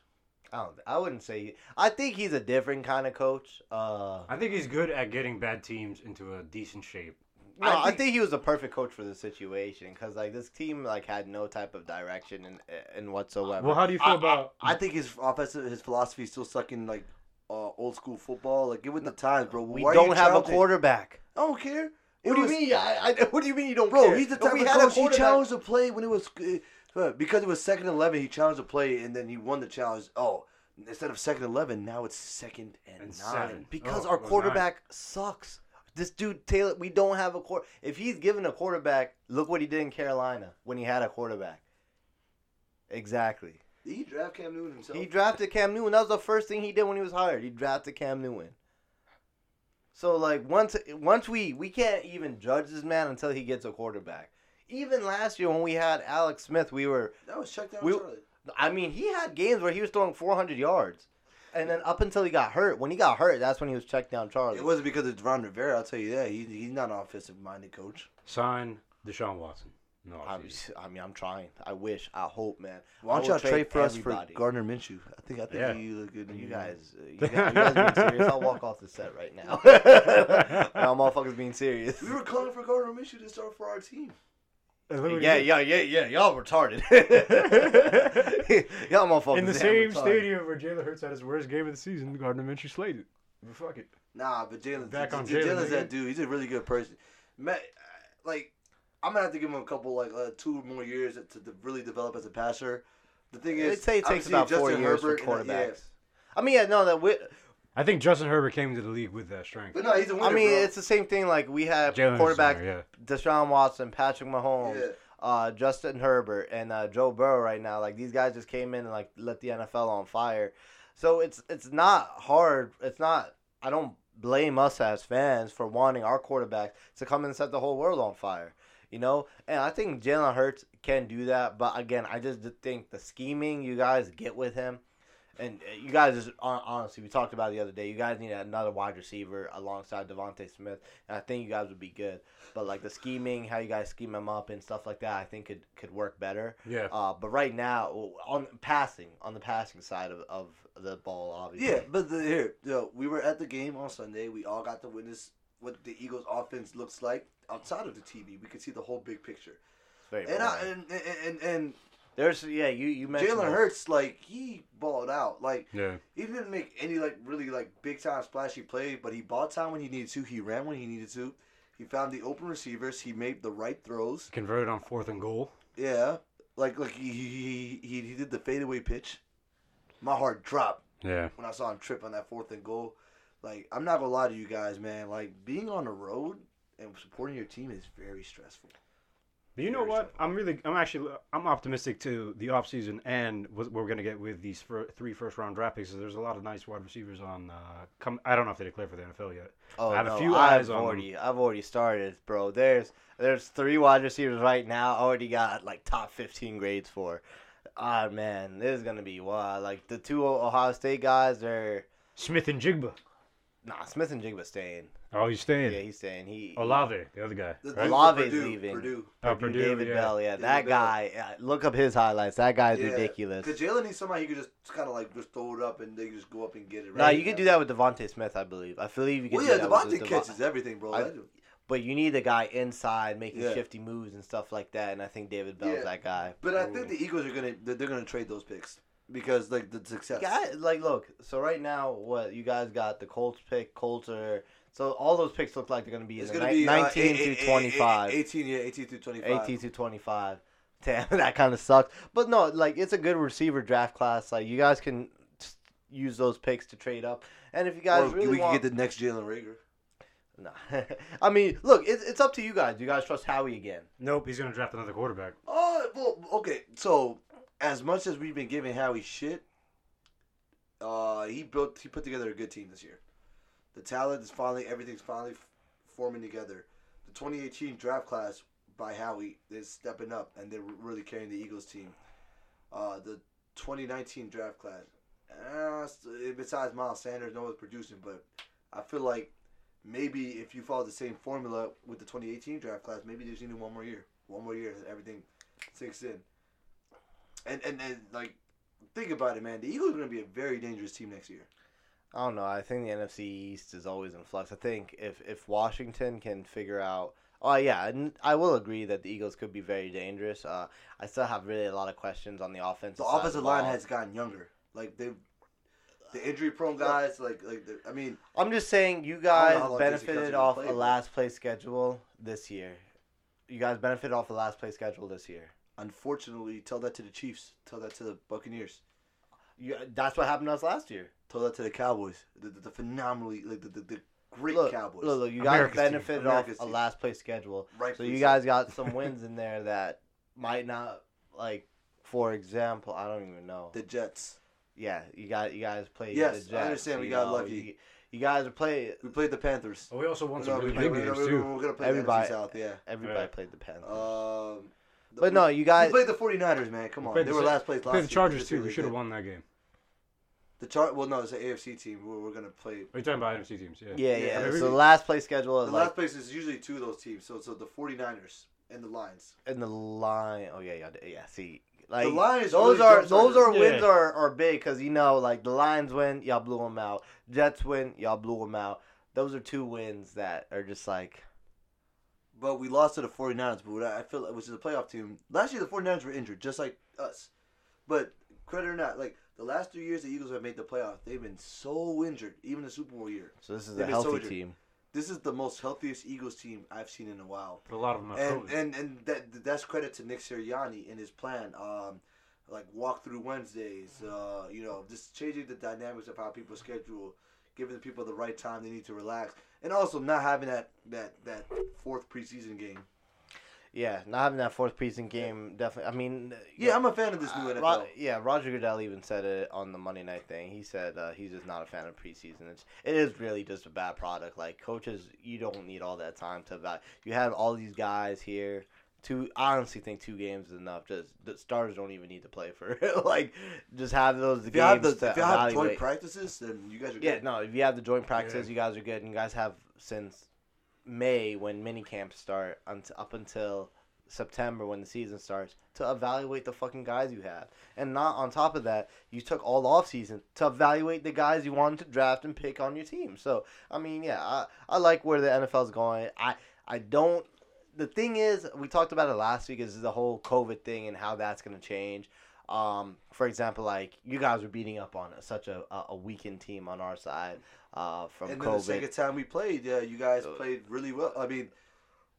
Speaker 3: I, don't, I wouldn't say. I think he's a different kind of coach. Uh,
Speaker 1: I think he's good at getting bad teams into a decent shape.
Speaker 3: no, I think,
Speaker 4: think-
Speaker 3: he was the perfect coach for the situation because like this team like had no type of direction and and whatsoever.
Speaker 1: Well, how do you feel
Speaker 4: I-
Speaker 1: about?
Speaker 4: I think his offensive, his philosophy is still sucking like uh, old school football. Like get with the times, bro.
Speaker 3: we
Speaker 4: Why are you
Speaker 3: don't have a
Speaker 4: challenging?
Speaker 3: quarterback.
Speaker 4: I don't care.
Speaker 3: What do
Speaker 4: It
Speaker 3: you
Speaker 4: was-
Speaker 3: mean? I, I, what do you mean you don't
Speaker 4: bro?
Speaker 3: care?
Speaker 4: He's the
Speaker 3: If
Speaker 4: type
Speaker 3: we
Speaker 4: of
Speaker 3: had a
Speaker 4: coach. He
Speaker 3: quarterback-
Speaker 4: challenged a play when it was uh, because it was second and eleven. He challenged a play and then he won the challenge. Oh, instead of second and eleven, now it's second and,
Speaker 1: And
Speaker 4: nine.
Speaker 1: seven.
Speaker 3: because
Speaker 1: Oh,
Speaker 3: our
Speaker 1: well, nine.
Speaker 3: quarterback sucks. This dude Taylor, we don't have a quarter. If he's given a quarterback, look what he did in Carolina when he had a quarterback. Exactly.
Speaker 4: Did he draft Cam Newton himself?
Speaker 3: He drafted Cam Newton. That was the first thing he did when he was hired. He drafted Cam Newton. So like once once we we can't even judge this man until he gets a quarterback. Even last year when we had Alex Smith, we were
Speaker 4: that was checked out.
Speaker 3: We-
Speaker 4: Charlie.
Speaker 3: I mean, he had games where he was throwing 400 yards, and then up until he got hurt. When he got hurt, that's when he was checked down Charlie.
Speaker 4: It wasn't because of Ron Rivera. I'll tell you that. He, he's not an offensive minded coach.
Speaker 1: Sign Deshaun Watson. No,
Speaker 3: I, was- I mean, I'm trying. I wish. I hope, man.
Speaker 4: Why
Speaker 3: I
Speaker 4: don't
Speaker 3: will
Speaker 4: y'all trade for us for Mm.
Speaker 3: everybody.
Speaker 4: Gardner Minshew? I think I think
Speaker 1: Yeah.
Speaker 4: you look good. in
Speaker 3: You
Speaker 4: uniform.
Speaker 3: guys, uh, you guys, you guys being serious? I'll walk off the set right now. now, motherfuckers being serious.
Speaker 4: We were calling for Gardner Minshew to start for our team.
Speaker 3: Yeah, yeah, yeah, yeah. Y'all retarded. y'all motherfuckers
Speaker 1: In the
Speaker 3: damn
Speaker 1: same
Speaker 3: retarded.
Speaker 1: stadium where Jalen Hurts had his worst game of the season, Gardner Minshew slayed it. But fuck it.
Speaker 4: Nah, but Jalen.
Speaker 1: Back
Speaker 4: Back
Speaker 1: on Jalen,
Speaker 4: Jalen's
Speaker 1: nigga.
Speaker 4: that dude. He's a really good person. Matt, like, I'm gonna have to give him a couple, like, uh, two more years to, to really develop as a passer. The thing is,
Speaker 3: They'd say it takes
Speaker 4: obviously,
Speaker 3: about four
Speaker 4: Justin
Speaker 3: years
Speaker 4: Herbert
Speaker 3: for
Speaker 4: and, uh, yeah.
Speaker 3: quarterbacks. I mean, yeah, no, that we,
Speaker 1: I think Justin Herbert came to the league with that strength.
Speaker 4: But no, he's a winner.
Speaker 3: I mean,
Speaker 4: bro.
Speaker 3: it's the same thing. Like we have
Speaker 1: Jalen is
Speaker 3: quarterback
Speaker 1: there,
Speaker 3: Deshaun Watson, Patrick Mahomes,
Speaker 4: Yeah.
Speaker 3: uh, Justin Herbert, and uh, Joe Burrow right now. Like these guys just came in and like lit the NFL on fire. So it's it's not hard. It's not. I don't blame us as fans for wanting our quarterback to come and set the whole world on fire. You know, and I think Jalen Hurts can do that. But again, I just think the scheming you guys get with him. And uh, you guys, just, hon- honestly, we talked about it the other day. You guys need another wide receiver alongside Devonte Smith, and I think you guys would be good. But like the scheming, how you guys scheme them up and stuff like that, I think could could work better.
Speaker 1: yeah. Yeah.
Speaker 3: Uh, but right now, on passing, on the passing side of, of the ball, obviously.
Speaker 4: Yeah, but the, here, you know, we were at the game on Sunday. We all got to witness what the Eagles' offense looks like outside of the TV. We could see the whole big picture.
Speaker 3: It's very
Speaker 4: And I,
Speaker 3: boring.
Speaker 4: and and and,
Speaker 3: there's yeah, you you
Speaker 4: and
Speaker 3: mentioned
Speaker 4: Jalen
Speaker 3: this.
Speaker 4: Hurts, like he balled out. Like
Speaker 1: Yeah.
Speaker 4: he didn't make any like really like big time splashy play, but he bought time when he needed to. He ran when he needed to. He found the open receivers. He made the right throws.
Speaker 1: Converted on fourth and goal.
Speaker 4: Yeah, like like he he he, he did the fadeaway pitch. My heart dropped.
Speaker 1: Yeah.
Speaker 4: when I saw him trip on that fourth and goal. Like, I'm not gonna lie to you guys, man. Like being on the road and supporting your team is very stressful.
Speaker 1: But you know
Speaker 4: Very
Speaker 1: what? I'm really, I'm actually, I'm optimistic to the offseason and what we're going to get with these fir- three first round draft picks. So there's a lot of nice wide receivers on. Uh, come, I don't know if they declare for the NFL yet.
Speaker 3: Oh,
Speaker 1: I have
Speaker 3: no,
Speaker 1: a few
Speaker 3: I've
Speaker 1: eyes on them.
Speaker 3: already, I've already started, bro. There's there's three wide receivers right now. I Already got like top fifteen grades for. Ah man, this is gonna be wild. Like the two Ohio State guys are
Speaker 1: Smith and Jigba.
Speaker 3: nah. Smith and Jigba staying.
Speaker 1: Oh, he's staying.
Speaker 3: Yeah, he's staying. He
Speaker 1: Olave, the other guy.
Speaker 4: The-
Speaker 1: Right?
Speaker 3: Olave- Olave's
Speaker 4: Purdue,
Speaker 3: leaving.
Speaker 4: Purdue.
Speaker 1: Oh, Purdue,
Speaker 3: David
Speaker 1: yeah.
Speaker 3: Bell. Yeah,
Speaker 4: David
Speaker 3: that
Speaker 4: Bell.
Speaker 3: guy. Yeah, look up his highlights. That guy's ridiculous.
Speaker 4: Because Jalen needs somebody who could just kind of like just throw it up and they just go up and get it.
Speaker 3: No, you could do that with Devonte Smith, I believe. I believe you could.
Speaker 4: Well,
Speaker 3: do
Speaker 4: yeah,
Speaker 3: that with
Speaker 4: Devontae
Speaker 3: Devon-
Speaker 4: catches everything, bro.
Speaker 3: I-
Speaker 4: That-
Speaker 3: But you need a guy inside making
Speaker 4: Yeah.
Speaker 3: shifty moves and stuff like that. And I think David Bell's
Speaker 4: Yeah.
Speaker 3: that guy.
Speaker 4: but I think the Eagles are gonna they're, they're gonna trade those picks because like the success.
Speaker 3: Guy, like, look. So right now, what you guys got? The Colts pick. Colts are so all those picks look like they're going to be in
Speaker 4: It's
Speaker 3: the
Speaker 4: gonna
Speaker 3: ni-
Speaker 4: be uh,
Speaker 3: nineteen
Speaker 4: eight-
Speaker 3: through
Speaker 4: eight- eight-
Speaker 3: twenty-five.
Speaker 4: Eighteen, yeah, eighteen through twenty-five.
Speaker 3: 18 to 25. Damn, that kind of sucked. But no, like it's a good receiver draft class. Like you guys can s- use those picks to trade up. And if you guys
Speaker 4: or
Speaker 3: really
Speaker 4: we
Speaker 3: want,
Speaker 4: can get the next Jalen Rager.
Speaker 3: nah. I mean, look, it's, it's up to you guys. Do you guys trust Howie again?
Speaker 1: Nope, he's going to draft another quarterback.
Speaker 4: Oh well, okay. So as much as we've been giving Howie shit, uh, he built he put together a good team this year. The talent is finally everything's finally f- forming together. The 2018 draft class by Howie is stepping up and they're really carrying the Eagles team. Uh, the 2019 draft class, uh, s- besides Miles Sanders, no one's producing, but I feel like maybe if you follow the same formula with the 2018 draft class, maybe they just need one more year. One more year that everything sinks in. And, and, and like, think about it, man. The Eagles are going to be a very dangerous team next year.
Speaker 3: I don't know. I think the NFC East is always in flux. I think if if Washington can figure out, oh yeah, and I will agree that the Eagles could be very dangerous. Uh, I still have really a lot of questions on the offensive.
Speaker 4: The
Speaker 3: side of
Speaker 4: offensive
Speaker 3: the
Speaker 4: line
Speaker 3: ball.
Speaker 4: has gotten younger. Like, they've. The injury prone guys, like, like the, I mean,
Speaker 3: I'm just saying you
Speaker 4: I
Speaker 3: guys
Speaker 4: don't know how long Jason Kelsey's
Speaker 3: benefited
Speaker 4: gonna
Speaker 3: off
Speaker 4: play,
Speaker 3: a
Speaker 4: but-
Speaker 3: last place schedule this year. You guys benefited off a last place schedule this year.
Speaker 4: unfortunately, tell that to the Chiefs, tell that to the Buccaneers,
Speaker 3: You, that's what happened to us last year.
Speaker 4: tell that to the Cowboys, the, the, the phenomenally, like the, the, the great
Speaker 3: Look,
Speaker 4: Cowboys.
Speaker 3: look, look, you
Speaker 1: America's
Speaker 3: guys
Speaker 1: team.
Speaker 3: benefited
Speaker 4: America's
Speaker 3: off a
Speaker 4: team.
Speaker 3: last place schedule.
Speaker 4: right?
Speaker 3: So you guys got some wins in there that might not like. For example, I don't even know.
Speaker 4: the Jets.
Speaker 3: Yeah, you got you guys played.
Speaker 4: Yes,
Speaker 3: the Jets,
Speaker 4: I understand we
Speaker 3: you
Speaker 4: got
Speaker 3: know,
Speaker 4: lucky.
Speaker 3: You, you guys played.
Speaker 4: We played the Panthers.
Speaker 1: Oh, we also won
Speaker 4: No,
Speaker 1: some
Speaker 4: we
Speaker 1: really big
Speaker 4: played- we-
Speaker 1: games,
Speaker 4: we-
Speaker 1: too.
Speaker 4: We're gonna play
Speaker 3: Everybody-
Speaker 4: the NFC South, yeah.
Speaker 3: Everybody
Speaker 1: Yeah.
Speaker 3: played the Panthers.
Speaker 4: Um, the-
Speaker 3: but no, you guys.
Speaker 4: we played the 49ers, man. Come on,
Speaker 1: played
Speaker 4: they
Speaker 1: the
Speaker 4: were
Speaker 1: Sa-
Speaker 4: last place last
Speaker 1: Play the
Speaker 4: year.
Speaker 1: Chargers,
Speaker 4: This
Speaker 1: too.
Speaker 4: year
Speaker 1: We
Speaker 4: they
Speaker 1: should have
Speaker 4: did.
Speaker 1: won that game.
Speaker 4: The char. Well, no, it's the AFC team. We're, we're gonna play.
Speaker 1: Are you talking about NFC teams? Yeah.
Speaker 3: yeah,
Speaker 4: yeah,
Speaker 3: yeah.
Speaker 1: everybody-
Speaker 3: so the last place schedule
Speaker 4: The
Speaker 3: is
Speaker 4: last
Speaker 3: like
Speaker 4: place is usually two of those teams. So, so the 49ers and the Lions.
Speaker 3: in the line. Oh yeah, yeah, yeah. See, like
Speaker 4: Lions
Speaker 3: Those
Speaker 4: really
Speaker 3: are
Speaker 4: jumpstarted
Speaker 3: those are
Speaker 1: us.
Speaker 3: wins
Speaker 1: Yeah.
Speaker 3: are, are big because you know like the Lions win, y'all blew them out. Jets win, y'all blew them out. Those are two wins that are just like
Speaker 4: But we lost to the 49ers, but what I I feel like, which is a playoff team. Last year, the 49ers were injured, just like us. But credit or not, like the last three years, the Eagles have made the playoff. They've been so injured, even the Super Bowl year.
Speaker 3: so. This is
Speaker 4: They've
Speaker 3: a
Speaker 4: been
Speaker 3: healthy
Speaker 4: soldier.
Speaker 3: team.
Speaker 4: This is the most healthiest Eagles team I've seen in a while.
Speaker 1: But a lot of them have
Speaker 4: and
Speaker 1: COVID.
Speaker 4: and and that that's credit to Nick Sirianni and his plan. Um, like walk through Wednesdays. Uh, you know, just changing the dynamics of how people schedule, giving the people the right time they need to relax, and also not having that that that fourth preseason game.
Speaker 3: Yeah, not having that fourth preseason game definitely. I mean,
Speaker 4: Yeah, I'm a fan of this new
Speaker 3: Uh,
Speaker 4: NFL.
Speaker 3: Ro- yeah, Roger Goodell even said it on the Monday night thing. He said uh, he's just not a fan of preseason. It's, it is really just a bad product. Like coaches, you don't need all that time to evaluate. You have all these guys here. Two, I honestly think two games is enough. Just the stars don't even need to play for it. like just have those
Speaker 4: if you have
Speaker 3: games
Speaker 4: the
Speaker 3: to
Speaker 4: if you have joint
Speaker 3: evaluate.
Speaker 4: practices, then you guys are
Speaker 3: yeah,
Speaker 4: good.
Speaker 3: no, if you have the joint practices, you guys are good, and you guys have since May when mini camps start unt- up until September when the season starts to evaluate the fucking guys you have. And not on top of that, you took all off season to evaluate the guys you wanted to draft and pick on your team. So, I mean, yeah, I, I like where the NFL's going. I I don't the thing is, we talked about it last week is the whole COVID thing and how that's going to change. Um, for example, like you guys were beating up on such a, a a weakened team on our side uh, from
Speaker 4: and then the
Speaker 3: COVID.
Speaker 4: second time we played, yeah, you guys
Speaker 3: Uh,
Speaker 4: played really well. I mean,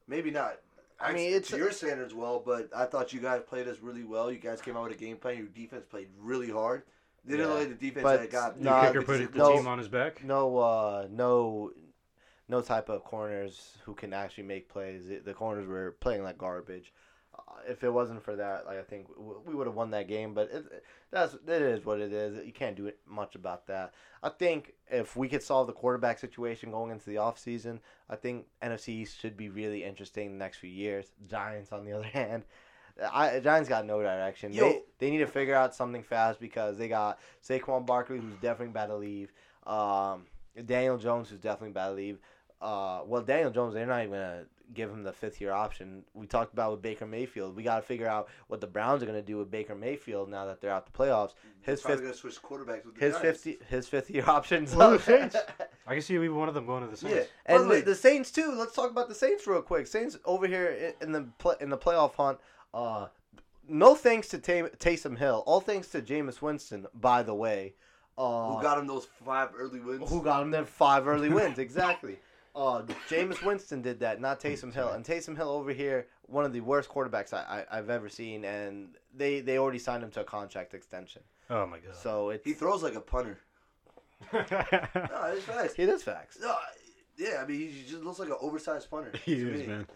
Speaker 4: maybe not.
Speaker 3: I mean,
Speaker 4: to
Speaker 3: it's-
Speaker 4: your standards well, but I thought you guys played us really well. You guys came out with a game plan. Your defense played really hard. They didn't
Speaker 3: Yeah.
Speaker 4: like the defense
Speaker 3: But
Speaker 4: that got.
Speaker 1: the
Speaker 3: nah,
Speaker 1: kicker
Speaker 4: because
Speaker 1: put
Speaker 4: it-
Speaker 1: the
Speaker 3: no.
Speaker 1: team on his back.
Speaker 3: no uh no no type of corners who can actually make plays. It- The corners were playing like garbage. uh, if it wasn't for that, like I think w- we would have won that game. But it, that's it is what it is. You can't do it much about that. I think if we could solve the quarterback situation going into the offseason, I think NFC East should be really interesting the next few years. Giants, on the other hand, I, Giants got no direction. They,
Speaker 4: Yo.
Speaker 3: they need to figure out something fast because they got Saquon Barkley, who's definitely about to leave. Um, Daniel Jones, who's definitely about to leave. Uh, well, Daniel Jones, they're not even gonna give him the fifth year option. We talked about with Baker Mayfield. We got to figure out what the Browns are gonna do with Baker Mayfield now that they're out the playoffs. His
Speaker 4: Probably
Speaker 3: fifth,
Speaker 4: gonna switch quarterbacks with the
Speaker 3: his
Speaker 4: Giants.
Speaker 3: fifty, his fifth year options.
Speaker 1: Well, the Saints. I can see even one of them going to the Saints.
Speaker 4: Yeah. By the
Speaker 3: And
Speaker 4: way,
Speaker 3: the, the Saints too. Let's talk about the Saints real quick. Saints over here i- in the pl- in the playoff hunt. Uh, no thanks to Ta- Taysom Hill. All thanks to Jameis Winston. By the way, uh,
Speaker 4: who got him those five early wins?
Speaker 3: who got him their five early wins exactly. Uh, Jameis Winston did that, not Taysom Hill. And Taysom Hill over here, one of the worst quarterbacks I, I, I've ever seen, and they they already signed him to a contract extension.
Speaker 1: Oh my god.
Speaker 3: So it's
Speaker 4: He throws like a punter. No, it's fast.
Speaker 3: it is facts.
Speaker 4: No, yeah, I mean, he just looks like an oversized punter.
Speaker 1: he
Speaker 4: to
Speaker 1: is
Speaker 4: me.
Speaker 1: man.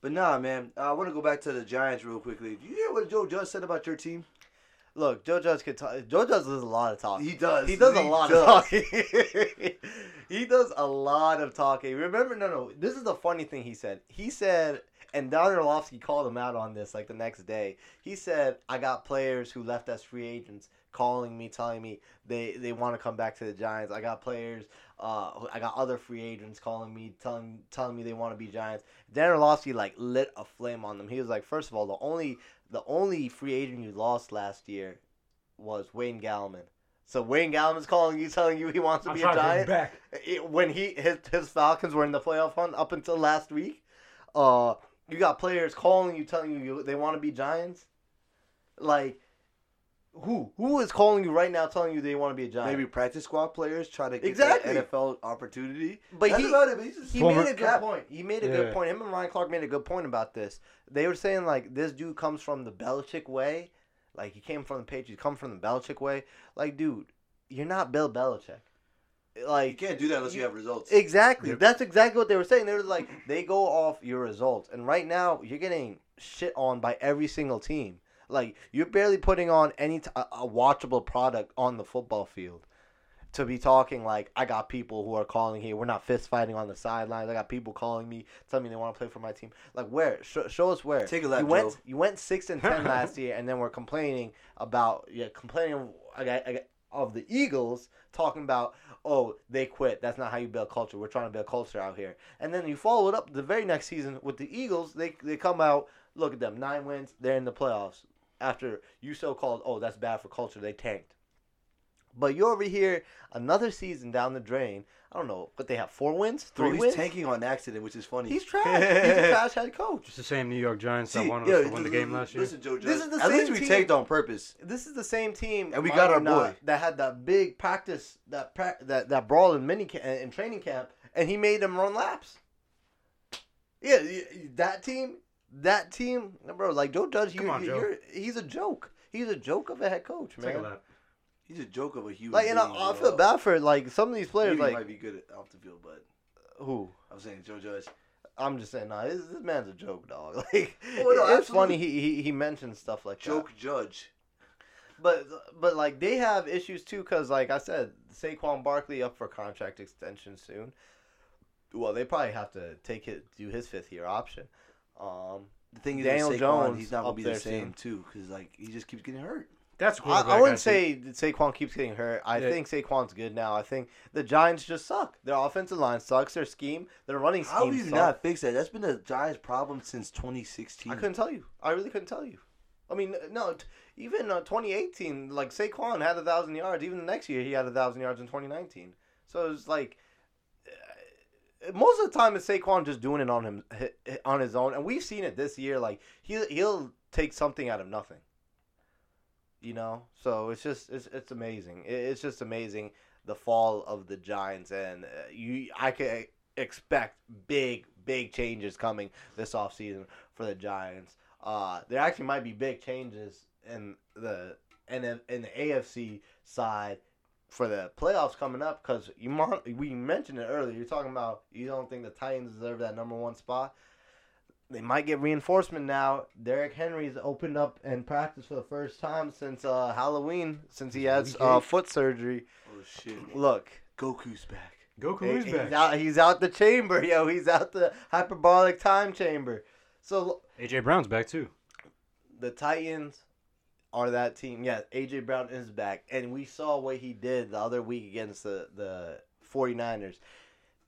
Speaker 4: But nah, man, I want to go back to the Giants real quickly. Do you hear what Joe Judge said about your team?
Speaker 3: Look, Joe Judge could talk. Joe Judge does a lot of talking.
Speaker 4: He does.
Speaker 3: He does a
Speaker 4: He
Speaker 3: lot of
Speaker 4: does.
Speaker 3: talking. he does a lot of talking. Remember, no, no. This is the funny thing he said. He said, and Don Orlovsky called him out on this like the next day. He said, "I got players who left as free agents calling me, telling me they they want to come back to the Giants. I got players. Uh, who- I got other free agents calling me, telling telling me they want to be Giants." Dan Orlovsky like lit a flame on them. He was like, first of all, the only the only free agent you lost last year was Wayne Gallman." So Wayne Gallman's calling you, telling you he wants to
Speaker 1: I'm
Speaker 3: be
Speaker 1: trying
Speaker 3: a
Speaker 1: to get him
Speaker 3: Giant
Speaker 1: back.
Speaker 3: it, when he his, his Falcons were in the playoff hunt up until last week. Uh, you got players calling you, telling you, you they want to be Giants. Like, who who is calling you right now, telling you they want to be a Giant?
Speaker 4: Maybe practice squad players trying to get
Speaker 3: Exactly.
Speaker 4: that NFL opportunity.
Speaker 3: But
Speaker 4: That's
Speaker 3: he-
Speaker 4: about it, but he's just-
Speaker 3: he
Speaker 1: Former-
Speaker 3: made a good
Speaker 4: Cap.
Speaker 3: point. He made a
Speaker 1: Yeah.
Speaker 3: good point. Him and Ryan Clark made a good point about this. They were saying like this dude comes from the Belichick way, like he came from the Patriots, come from the Belichick way. Like, dude, you're not Bill Belichick.
Speaker 4: you
Speaker 3: Like,
Speaker 4: can't do that unless you have results.
Speaker 3: Exactly.
Speaker 1: Yep.
Speaker 3: That's exactly what they were saying. They were like, they go off your results. And right now, you're getting shit on by every single team. Like, you're barely putting on any t- a, a watchable product on the football field. To be talking like, I got people who are calling here. We're not fist fighting on the sidelines. I got people calling me, telling me they want to play for my team. Like, where? Sh- show us where.
Speaker 4: Take a lap,
Speaker 3: you went,
Speaker 4: Joe.
Speaker 3: you went six and ten last year, and then we're complaining about yeah, complaining I got- I got- of the Eagles, talking about oh they quit. That's not how you build culture. We're trying to build culture out here. And then you follow it up the very next season with the Eagles. They they come out. Look at them, nine wins. They're in the playoffs. After you so called oh that's bad for culture. They tanked. But you're over here another season down the drain. I don't know, but they have four wins, three
Speaker 4: Bro, he's
Speaker 3: wins.
Speaker 4: tanking on accident, which is funny.
Speaker 3: He's trash. He's a trash head coach.
Speaker 1: It's the same New York Giants that
Speaker 4: See,
Speaker 1: wanted
Speaker 4: yeah,
Speaker 1: us to win the
Speaker 4: listen-
Speaker 1: game last year.
Speaker 4: Listen, Joe Judge.
Speaker 3: This is the
Speaker 4: At least
Speaker 3: same
Speaker 4: we
Speaker 3: team.
Speaker 4: tanked on purpose.
Speaker 3: This is the same team,
Speaker 4: And we
Speaker 3: mind
Speaker 4: got
Speaker 3: you
Speaker 4: our
Speaker 3: not,
Speaker 4: boy.
Speaker 3: that had that big practice, that pra- that that brawl in mini ca- in training camp, and he made them run laps. Yeah, y- y- that team, that team, bro. Like Joe Judge, you,
Speaker 1: Come on,
Speaker 3: you-
Speaker 1: Joe.
Speaker 3: you're, he's a joke. He's a joke of a head coach,
Speaker 1: Take a
Speaker 3: man.
Speaker 1: lap.
Speaker 4: He's a joke of a human.
Speaker 3: Like, and I,
Speaker 4: being
Speaker 3: I
Speaker 4: as
Speaker 3: feel
Speaker 4: well.
Speaker 3: bad for like some of these players.
Speaker 4: Maybe he
Speaker 3: Like
Speaker 4: Mm-hmm. might be good at- off the field, but
Speaker 3: who?
Speaker 4: I'm saying Joe Judge.
Speaker 3: I'm just saying, nah, this, this man's a joke, dog. Like
Speaker 4: Oh, no,
Speaker 3: it's funny
Speaker 4: absolutely.
Speaker 3: he, he he mentions stuff like that.
Speaker 4: Joke Judge.
Speaker 3: But but like they have issues too, cause like I said, Saquon Barkley up for contract extension soon. Well, they probably have to take it do his fifth year option. Um,
Speaker 4: The thing is,
Speaker 3: Daniel
Speaker 4: with Saquon,
Speaker 3: Jones
Speaker 4: he's not gonna
Speaker 3: up
Speaker 4: be the
Speaker 3: there
Speaker 4: same
Speaker 3: soon.
Speaker 4: too, because like he just keeps getting hurt.
Speaker 1: That's a
Speaker 3: I,
Speaker 1: quarterback.
Speaker 3: I wouldn't
Speaker 1: see.
Speaker 3: say that Saquon keeps getting hurt. I
Speaker 1: Yeah.
Speaker 3: think Saquon's good now. I think the Giants just suck. Their offensive line sucks. Their scheme, their running scheme.
Speaker 4: How do you
Speaker 3: sucks.
Speaker 4: not fix that? That's been the Giants' problem since 2016.
Speaker 3: I couldn't tell you. I really couldn't tell you. I mean, no, t- even uh, 2018, like Saquon had a thousand yards. Even the next year, he had a thousand yards in 2019. So it's like uh, most of the time, it's Saquon just doing it on him hi- hi- on his own, and we've seen it this year. Like he he'll take something out of nothing. You know, so it's just it's it's amazing. It, it's just amazing the fall of the Giants, and uh, you I could expect big big changes coming this offseason for the Giants. Uh, there actually might be big changes in the and in the AFC side for the playoffs coming up because you mon- we mentioned it earlier. You're talking about you don't think the Titans deserve that number one spot. they might get reinforcement now. Derrick Henry's opened up and practiced for the first time since uh, Halloween, since he had uh, foot surgery.
Speaker 4: Oh shit!
Speaker 3: Look,
Speaker 4: Goku's back.
Speaker 1: Goku is
Speaker 3: he-
Speaker 1: back.
Speaker 3: he's out. He's out the chamber, yo. He's out the hyperbolic time chamber. So
Speaker 1: AJ Brown's back too.
Speaker 3: the Titans are that team. Yeah, AJ Brown is back, and we saw what he did the other week against the the 49ers.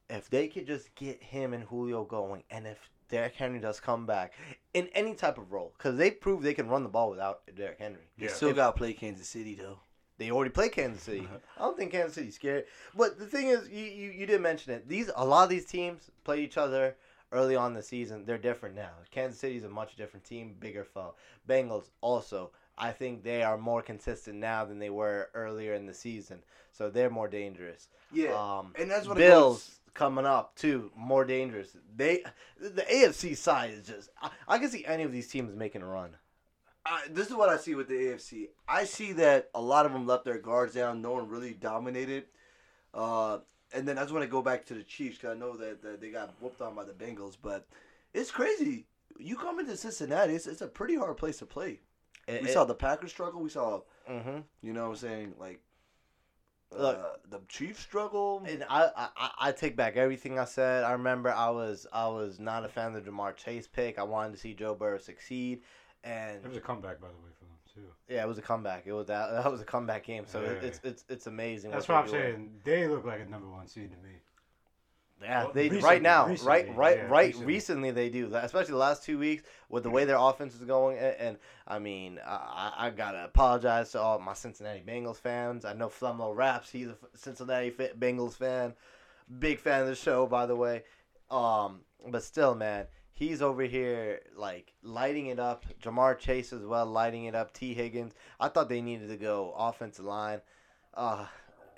Speaker 3: If they could just get him and Julio going, and if Derrick Henry does come back in any type of role, because they proved they can run the ball without Derrick Henry.
Speaker 4: You
Speaker 1: Yeah.
Speaker 4: still gotta play Kansas City though.
Speaker 3: They already play Kansas City. I don't think Kansas City's scared. But the thing is, you, you, you did mention it. These a lot of these teams play each other early on in the season. They're different now. Kansas City's a much different team, bigger foe. Bengals also. I think they are more consistent now than they were earlier in the season, so they're more dangerous. Um,
Speaker 4: and that's what
Speaker 3: Bills coming up too, more dangerous. They the AFC side is just. I, I can see any of these teams making a run.
Speaker 4: I, this is what I see with the AFC. I see that a lot of them left their guards down. No one really dominated. Uh, and then I just want to go back to the Chiefs because I know that, that they got whooped on by the Bengals. But it's crazy. You come into Cincinnati, it's, it's a pretty hard place to play.
Speaker 3: It-
Speaker 4: We
Speaker 3: it-
Speaker 4: saw the Packers struggle. We saw,
Speaker 3: mhm.
Speaker 4: you know what I'm saying, like uh,
Speaker 3: Look.
Speaker 4: the Chiefs struggle.
Speaker 3: And uh, I, I- I, I take back everything I said. I remember I was I was not a fan of the Jamar Chase pick. I wanted to see Joe Burrow succeed,
Speaker 1: It
Speaker 3: and
Speaker 1: was a comeback, by the way, for them too.
Speaker 3: yeah, it was a comeback. It was that, that was a comeback game. So it,
Speaker 1: Yeah.
Speaker 3: it's it's it's amazing.
Speaker 1: That's
Speaker 3: they
Speaker 1: what I'm
Speaker 3: do.
Speaker 1: saying. They look like a number one seed to me.
Speaker 3: Yeah,
Speaker 1: Well,
Speaker 3: they
Speaker 1: Oh, recently-
Speaker 3: right now,
Speaker 1: recently,
Speaker 3: right, right,
Speaker 1: yeah,
Speaker 3: right.
Speaker 1: recently.
Speaker 3: Recently. they do, that, especially the last two weeks with the way their offense is going. And, and I mean, I, I I gotta apologize to all my Cincinnati Bengals fans. I know Flumlo raps. He's a Cincinnati fa- Bengals fan, big fan of the show, by the way. Um, but still, man, he's over here like lighting it up. Jamar Chase as well, lighting it up. T Higgins. I thought they needed to go offensive line, uh,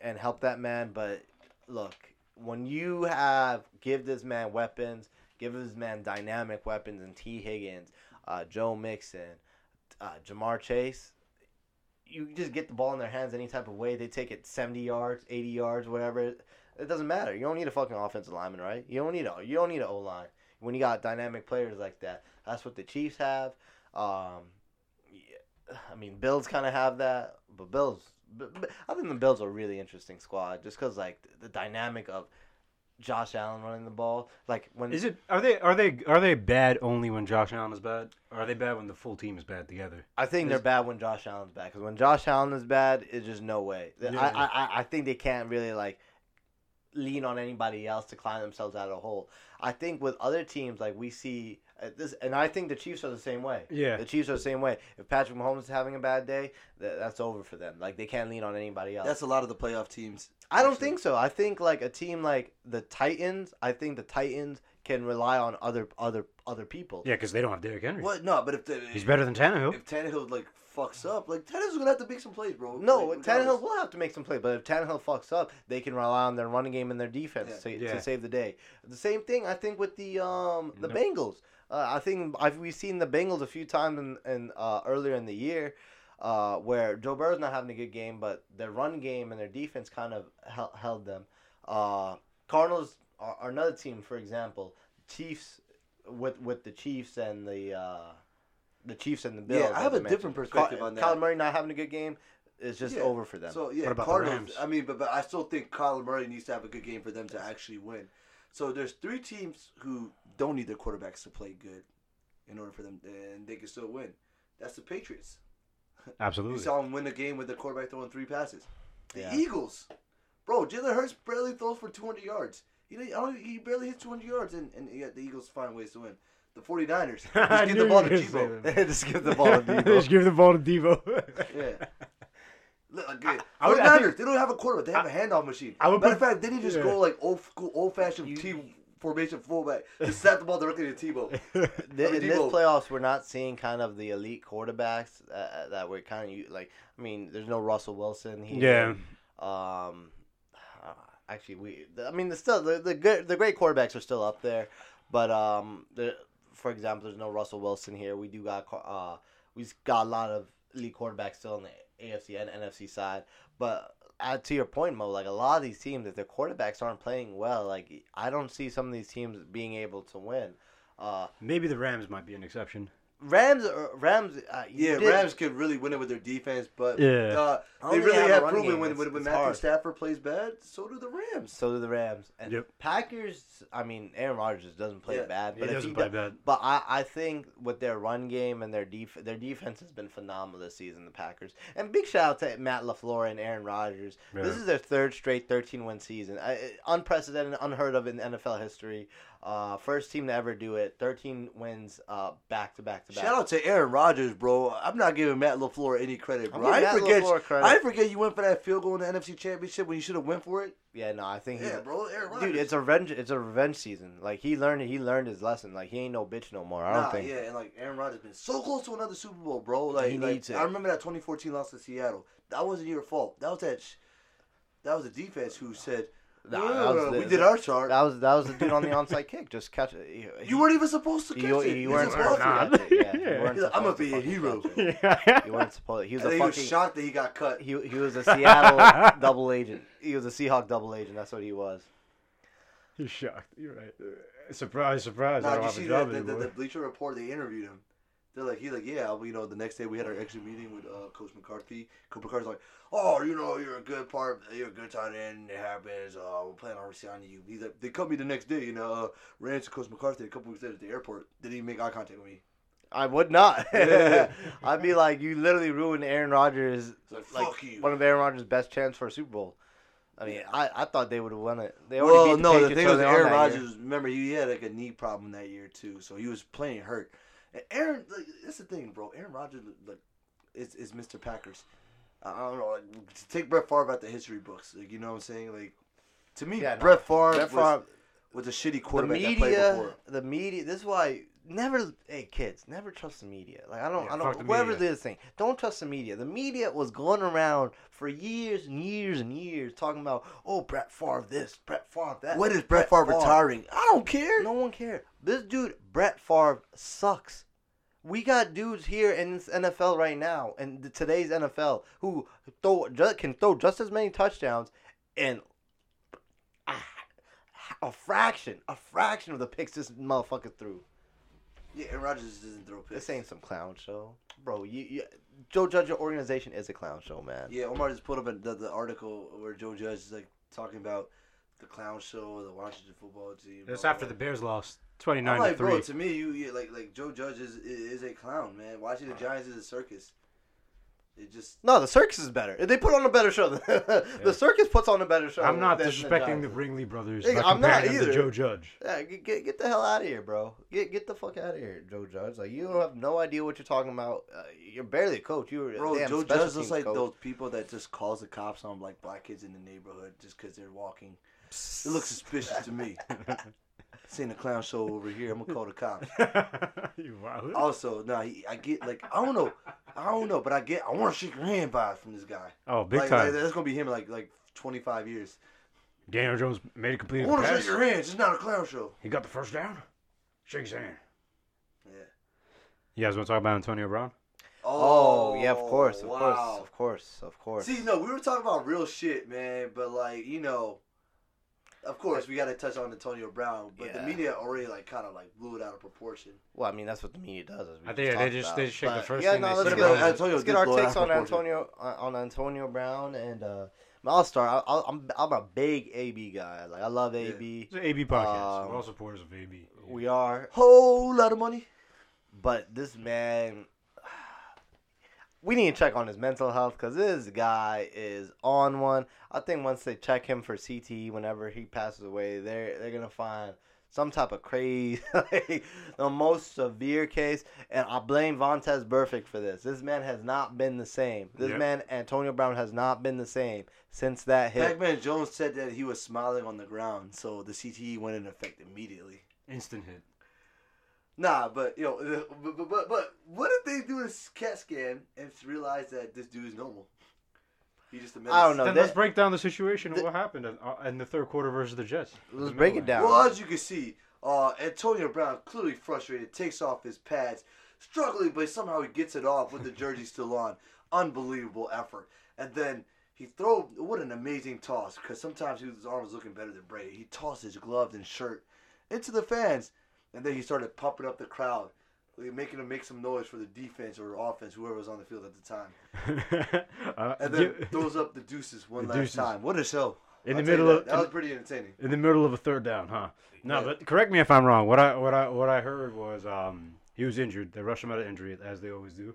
Speaker 3: and help that man, but look, when you have give this man weapons, give this man dynamic weapons, and T. Higgins, uh, Joe Mixon, uh, Jamar Chase, you just get the ball in their hands any type of way. They take it seventy yards, eighty yards, whatever. It doesn't matter. You don't need a fucking offensive lineman, right? You don't need a you don't need an O line when you got dynamic players like that. That's what the Chiefs have. Um, yeah, I mean, Bills kind of have that, but Bills. b- b- I think the Bills are a really interesting squad just because like th- the dynamic of Josh Allen running the ball, like when
Speaker 1: Is it? Are they? Are they? Are they bad only when Josh Allen is bad? Or are they bad when the full team is bad together?
Speaker 3: I think they're bad when Josh Allen's bad because when Josh Allen is bad, it's just no way. I-
Speaker 1: Yeah.
Speaker 3: I, I I think they can't really like lean on anybody else to climb themselves out of the hole. I think with other teams like we see uh, this, and I think the Chiefs are the same way.
Speaker 1: Yeah.
Speaker 3: the Chiefs are the same way. If Patrick Mahomes is having a bad day, that, that's over for them. Like they can't lean on anybody else.
Speaker 4: That's a lot of the playoff teams.
Speaker 3: I don't
Speaker 4: actually.
Speaker 3: think so. I think like a team like the Titans. I think the Titans can rely on other other other people.
Speaker 1: Yeah, because they don't have Derrick Henry.
Speaker 4: What? No, but if the,
Speaker 1: He's better than Tannehill.
Speaker 4: if Tannehill like fucks up, like Tannehill's gonna have to make some plays, bro.
Speaker 3: No,
Speaker 4: like,
Speaker 3: Tannehill
Speaker 4: regardless.
Speaker 3: will have to make some play, but if Tannehill fucks up, they can rely on their running game and their defense
Speaker 4: Yeah.
Speaker 3: To,
Speaker 1: Yeah.
Speaker 3: to save the day. The same thing I think with the um the
Speaker 1: Nope.
Speaker 3: Bengals. Uh, I think I've, we've seen the Bengals a few times in, in uh, earlier in the year, uh, where Joe Burrow's not having a good game, but their run game and their defense kind of hel- held them. Uh, Cardinals are, are another team, for example. Chiefs with with the Chiefs and the uh, the Chiefs and the Bills.
Speaker 4: I have
Speaker 3: as
Speaker 4: a
Speaker 3: mentioned.
Speaker 4: different perspective
Speaker 3: Ky-
Speaker 4: on that.
Speaker 3: Kyler Murray not having a good game is just
Speaker 4: Yeah.
Speaker 3: over for them.
Speaker 4: So yeah,
Speaker 1: What about the
Speaker 4: Cardinals.
Speaker 1: Rams?
Speaker 4: I mean, but, but I still think Kyler Murray needs to have a good game for them to actually win. So there's three teams who don't need their quarterbacks to play good in order for them, and they can still win. That's the Patriots. You
Speaker 1: Absolutely.
Speaker 4: saw them win the game with the quarterback throwing three passes. The
Speaker 3: Yeah.
Speaker 4: Eagles, bro, Jalen Hurts barely throws for 200 yards. He didn't- I don't, he barely hits 200 yards, and, and yet the Eagles find ways to win. The 49ers,
Speaker 1: I
Speaker 4: just give
Speaker 1: knew
Speaker 4: the ball
Speaker 1: you
Speaker 4: to
Speaker 1: were gonna say
Speaker 4: Debo.
Speaker 1: that.
Speaker 3: just give the ball to
Speaker 1: Just
Speaker 3: Debo.
Speaker 1: give the ball to Devo.
Speaker 4: Yeah. Look, okay.
Speaker 1: I would- I
Speaker 4: 49ers, they don't have a quarterback. They have a handoff machine.
Speaker 1: I would
Speaker 4: Matter of
Speaker 1: put-
Speaker 4: fact, they need to just
Speaker 1: yeah.
Speaker 4: go like old school, old fashioned T formation fullback. Just snap the ball directly to Tebow.
Speaker 3: Th-
Speaker 4: I
Speaker 3: In
Speaker 4: mean,
Speaker 3: this
Speaker 4: Debo-
Speaker 3: playoffs, we're not seeing kind of the elite quarterbacks uh, that we're kind of like. I mean, there's no Russell Wilson
Speaker 1: yeah.
Speaker 3: here. Yeah. Um, uh, actually, we. I mean, the still the, the good the great quarterbacks are still up there, but um, the, for example, there's no Russell Wilson here. We do got Car- uh, we've got a lot of elite quarterbacks still on the AFC and NFC side, but. Uh, to your point, Mo, like a lot of these teams, if their quarterbacks aren't playing well, like I don't see some of these teams being able to win. Uh,
Speaker 1: Maybe the Rams might be an exception.
Speaker 3: Rams, uh, Rams, uh, you
Speaker 4: Yeah,
Speaker 3: did-
Speaker 4: Rams could really win it with their defense, but
Speaker 1: Yeah.
Speaker 4: uh,
Speaker 3: Only
Speaker 4: they really
Speaker 3: have a
Speaker 4: have
Speaker 3: run
Speaker 4: proven
Speaker 3: game.
Speaker 4: when,
Speaker 3: It's-
Speaker 4: when, when
Speaker 3: it's
Speaker 4: Matthew
Speaker 3: hard.
Speaker 4: Stafford plays bad, so do the Rams.
Speaker 3: So do the Rams. And
Speaker 1: Yep.
Speaker 3: Packers. I mean, Aaron Rodgers doesn't play
Speaker 4: Yeah.
Speaker 3: bad,
Speaker 1: He
Speaker 3: but if
Speaker 1: doesn't
Speaker 3: he
Speaker 1: play
Speaker 3: do-
Speaker 1: bad.
Speaker 3: But I, I think with their run game and their def- their defense has been phenomenal this season. The Packers. And big shout out to Matt Lafleur and Aaron Rodgers. This
Speaker 1: Yeah.
Speaker 3: is their third straight 13 win season. I, I- unprecedented, unheard of in NFL history. Uh, first team to ever do it. 13 wins uh, back to back to back.
Speaker 4: Shout out to Aaron Rodgers, bro. I'm not giving Matt LaFleur any credit,
Speaker 3: I'm
Speaker 4: bro. I
Speaker 3: giving Matt
Speaker 4: forget,
Speaker 3: LaFleur credit.
Speaker 4: I forget you went for that field goal in the NFC Championship when you should have went for it.
Speaker 3: Yeah, no, I think he's
Speaker 4: Yeah, bro, Aaron Rodgers.
Speaker 3: Dude, it's a revenge. It's a revenge season. Like he learned, he learned his lesson. Like he ain't no bitch no more. I don't
Speaker 4: nah,
Speaker 3: think.
Speaker 4: yeah, and like Aaron Rodgers been so close to another Super Bowl, bro. Like,
Speaker 3: He
Speaker 4: like,
Speaker 3: needs it.
Speaker 4: I remember that 2014 loss to Seattle. That wasn't your fault. That was that. Sh- that was the defense who said,
Speaker 3: Nah,
Speaker 4: "No, no,
Speaker 3: that was
Speaker 4: no,
Speaker 3: the-
Speaker 4: "We did our chart.
Speaker 3: That was that was the dude on the onside kick. Just catch it. You,
Speaker 4: you weren't even supposed to catch
Speaker 3: you,
Speaker 4: it.
Speaker 3: you
Speaker 4: You're
Speaker 3: weren't
Speaker 4: supposed
Speaker 1: Nah.
Speaker 3: supposed
Speaker 4: to
Speaker 3: to
Speaker 4: catch
Speaker 3: catch it. Yeah,
Speaker 1: Yeah.
Speaker 3: you weren't
Speaker 4: He's like, "I'ma
Speaker 3: supposed
Speaker 4: be a
Speaker 3: fucking
Speaker 4: hero."
Speaker 3: catch it. You
Speaker 1: yeah.
Speaker 3: weren't supposed. He was
Speaker 4: And
Speaker 3: a
Speaker 4: he was
Speaker 3: fucking.
Speaker 4: shocked that he got cut.
Speaker 3: he he was a Seattle double agent. He was a Seahawk double agent. That's what he was.
Speaker 1: You're shocked. You're right. Surprise, surprise. I
Speaker 4: Nah,
Speaker 1: don't
Speaker 4: you
Speaker 1: have
Speaker 4: see
Speaker 1: a
Speaker 4: the,
Speaker 1: job
Speaker 4: the, the,
Speaker 1: anymore.
Speaker 4: the Bleacher Report? They interviewed him. They're like, he's like, yeah, well, you know, the next day we had our extra meeting with uh, Coach McCarthy. Coach McCarthy's like, oh, you know, you're a good part, you're a good tight end. It happens. Uh, we're planning on resigning you. He's like, they cut me the next day. You know, uh, ran to Coach McCarthy a couple weeks later at the airport. Didn't even make eye contact with me.
Speaker 3: I would not.
Speaker 4: Yeah.
Speaker 3: I'd be like, you literally ruined Aaron Rodgers.
Speaker 4: It's like, fuck you.
Speaker 3: One of Aaron Rodgers' best chance for a Super Bowl. I mean, I, I thought they would have won it. They already
Speaker 4: Well,
Speaker 3: beat the
Speaker 4: no, the
Speaker 3: Patriots
Speaker 4: thing was
Speaker 3: early on
Speaker 4: Aaron
Speaker 3: that year.
Speaker 4: Rodgers. Remember, he had like a knee problem that year too, so he was playing hurt. And Aaron, like, that's the thing, bro. Aaron Rodgers, like, is is Mr. Packers. I I don't know. Like, take Brett Favre out the history books. Like, you know what I'm saying? Like, to me,
Speaker 3: Yeah, no.
Speaker 4: Brett Favre,
Speaker 3: Brett
Speaker 4: was,
Speaker 3: Favre-
Speaker 4: was a shitty
Speaker 3: the
Speaker 4: quarterback that played
Speaker 3: media,
Speaker 4: before.
Speaker 3: the media. This is why never, hey kids, never trust the media. Like I don't,
Speaker 1: Yeah,
Speaker 3: I
Speaker 1: fuck the
Speaker 3: don't. Whoever
Speaker 1: media.
Speaker 3: did this thing, don't trust the media. The media was going around for years and years and years talking about, oh Brett Favre this, Brett Favre that.
Speaker 4: When is Brett Favre retiring? I don't care.
Speaker 3: No one cared. This dude Brett Favre sucks. We got dudes here in this NFL right now, and th- today's NFL who throw ju- can throw just as many touchdowns and ah, a fraction, a fraction of the picks this motherfucker threw.
Speaker 4: Yeah, Aaron Rodgers just doesn't throw picks.
Speaker 3: This ain't some clown show, bro. You, you Joe Judge, your organization is a clown show, man.
Speaker 4: Yeah, Omar just pulled up a, the, the article where Joe Judge is like talking about the clown show, the Washington football team.
Speaker 1: That's
Speaker 4: blah,
Speaker 1: after
Speaker 4: blah,
Speaker 1: the
Speaker 4: blah.
Speaker 1: Bears lost
Speaker 4: I'm
Speaker 1: 29
Speaker 4: like,
Speaker 1: to 3.
Speaker 4: bro, to me, you, you like like Joe Judge is is a clown, man. Watching the Giants is a circus. It just
Speaker 3: No, the circus is better. They put on a better show. the circus puts on a better show.
Speaker 1: I'm not
Speaker 3: than
Speaker 1: disrespecting the
Speaker 3: Giants.
Speaker 1: Bringley brothers
Speaker 3: Hey,
Speaker 1: by
Speaker 3: I'm not
Speaker 1: comparing them
Speaker 3: either.
Speaker 1: to Joe Judge.
Speaker 3: Yeah, get, get get the hell out of here, bro. Get get the fuck out of here, Joe Judge. Like you don't have no idea what you're talking about. Uh, you're barely a coach. You were a
Speaker 4: bro,
Speaker 3: damn
Speaker 4: Joe
Speaker 3: special
Speaker 4: Judge looks
Speaker 3: teams
Speaker 4: like
Speaker 3: coach.
Speaker 4: those people that just calls the cops on like black kids in the neighborhood just because they're walking. It looks suspicious to me. Seeing a clown show over here, I'm gonna call the cops.
Speaker 1: you wild.
Speaker 4: Also, no, he I get like I don't know, I don't know, but I get I want to shake your hand vibes from this guy.
Speaker 1: Oh, big
Speaker 4: like,
Speaker 1: time.
Speaker 4: like, that's gonna be him like like 25 years.
Speaker 1: Daniel Jones made a complete
Speaker 4: I want to shake
Speaker 1: pass.
Speaker 4: your hand. It's not a clown show.
Speaker 1: He got the first down. Shake his hand.
Speaker 4: Yeah.
Speaker 1: You guys want to talk about Antonio Brown?
Speaker 3: Oh, yeah, of course, of
Speaker 4: wow.
Speaker 3: course, of course, of course.
Speaker 4: See, no, we were talking about real shit, man. But like, you know, of course, we got to touch on Antonio Brown. But
Speaker 3: Yeah.
Speaker 4: the media already like kind of like blew it out of proportion.
Speaker 3: well, I mean that's what the media does. as we
Speaker 1: I think they
Speaker 3: talked
Speaker 1: just-
Speaker 3: about.
Speaker 1: they just shake the
Speaker 3: But,
Speaker 1: first
Speaker 3: yeah,
Speaker 1: thing
Speaker 3: no,
Speaker 1: they
Speaker 3: let's
Speaker 1: see.
Speaker 3: get,
Speaker 1: But
Speaker 3: our-
Speaker 4: Antonio
Speaker 3: let's
Speaker 4: did
Speaker 3: get our
Speaker 4: blow it out
Speaker 3: takes
Speaker 4: of
Speaker 3: on
Speaker 4: proportion.
Speaker 3: Antonio uh, on Antonio Brown and uh, I'll start. I- I'll, I'm I'm a big AB guy. Like I love AB.
Speaker 1: It's an AB podcast.
Speaker 3: Um,
Speaker 1: We're all supporters of AB.
Speaker 3: We are
Speaker 4: Whole lot of money.
Speaker 3: But this man, we need to check on his mental health because this guy is on one. I think once they check him for CTE, whenever he passes away, they're they're gonna find some type of crazy, like, the most severe case. And I blame Vontez Burfict for this. This man has not been the same. This
Speaker 1: Yep.
Speaker 3: man, Antonio Brown, has not been the same since that hit.
Speaker 4: Pac-Man Jones said that he was smiling on the ground, so the CTE went into effect immediately.
Speaker 1: Instant hit.
Speaker 4: Nah, but you know, but but, but, but what if they do a CAT scan and realize that this dude is normal? He just a menace.
Speaker 3: I don't know.
Speaker 1: Then
Speaker 3: that-
Speaker 1: let's break down the situation of
Speaker 3: the-
Speaker 1: what happened in, uh, in the third quarter versus the Jets.
Speaker 3: Let's
Speaker 1: The
Speaker 3: break it
Speaker 1: middle.
Speaker 3: down.
Speaker 4: Well, as you can see, uh, Antonio Brown clearly frustrated, takes off his pads, struggling, but somehow he gets it off with the jersey still on. Unbelievable effort. And then he throw what an amazing toss because sometimes his arm was looking better than Brady. He tossed his gloves and shirt into the fans, And then he started pumping up the crowd, like, making them make some noise for the defense or offense, whoever was on the field at the time.
Speaker 1: Uh,
Speaker 4: And then
Speaker 1: you-
Speaker 4: throws up the deuces one
Speaker 1: The
Speaker 4: last
Speaker 1: deuces.
Speaker 4: time. What a show!
Speaker 1: In the
Speaker 4: I'll tell you
Speaker 1: middle
Speaker 4: that.
Speaker 1: of-
Speaker 4: that was pretty entertaining.
Speaker 1: in the middle of a third down, huh? No,
Speaker 4: Yeah.
Speaker 1: but correct me if I'm wrong. What I what I what I heard was um he was injured. They rushed him out of injury as they always do.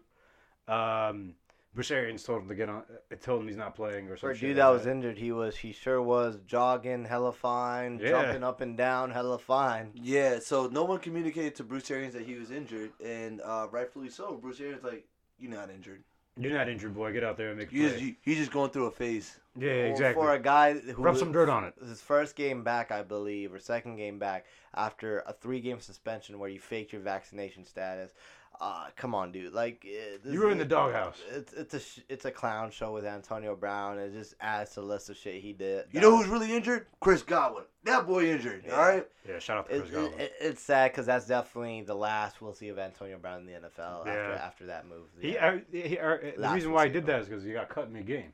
Speaker 1: Um, Bruce told him to get on. uh, Told him he's not playing or
Speaker 3: For
Speaker 1: something.
Speaker 3: a dude that was injured, he was he sure was jogging hella fine,
Speaker 1: Yeah.
Speaker 3: jumping up and down hella fine.
Speaker 4: Yeah, so no one communicated to Bruce Arians that he was injured, and uh, rightfully so. Bruce Arians like, you're not injured.
Speaker 1: You're not injured, boy. Get out there and make a
Speaker 4: You
Speaker 1: play.
Speaker 4: just, you, you just going through a phase.
Speaker 1: yeah,
Speaker 3: Well,
Speaker 1: exactly.
Speaker 3: For a guy who
Speaker 1: Rub some dirt on it.
Speaker 3: his first game back, I believe, or second game back after a three game suspension where you faked your vaccination status. Uh, come on, dude. Like uh, this
Speaker 1: You were in the
Speaker 3: is-
Speaker 1: doghouse.
Speaker 3: It's it's a sh- it's a clown show with Antonio Brown. It just adds to the list of shit he did.
Speaker 4: You know who's really injured? Chris Godwin. That boy injured.
Speaker 3: Yeah.
Speaker 4: All right.
Speaker 1: Yeah, shout out to
Speaker 3: It,
Speaker 1: Chris Godwin.
Speaker 3: it, it- it's sad because that's definitely the last we'll see of Antonio Brown in the NFL after,
Speaker 1: Yeah.
Speaker 3: after that move.
Speaker 1: He,
Speaker 3: Yeah.
Speaker 1: I, he, I, the
Speaker 3: Last
Speaker 1: reason why he did
Speaker 3: receiver.
Speaker 1: that is because he got cut in the game.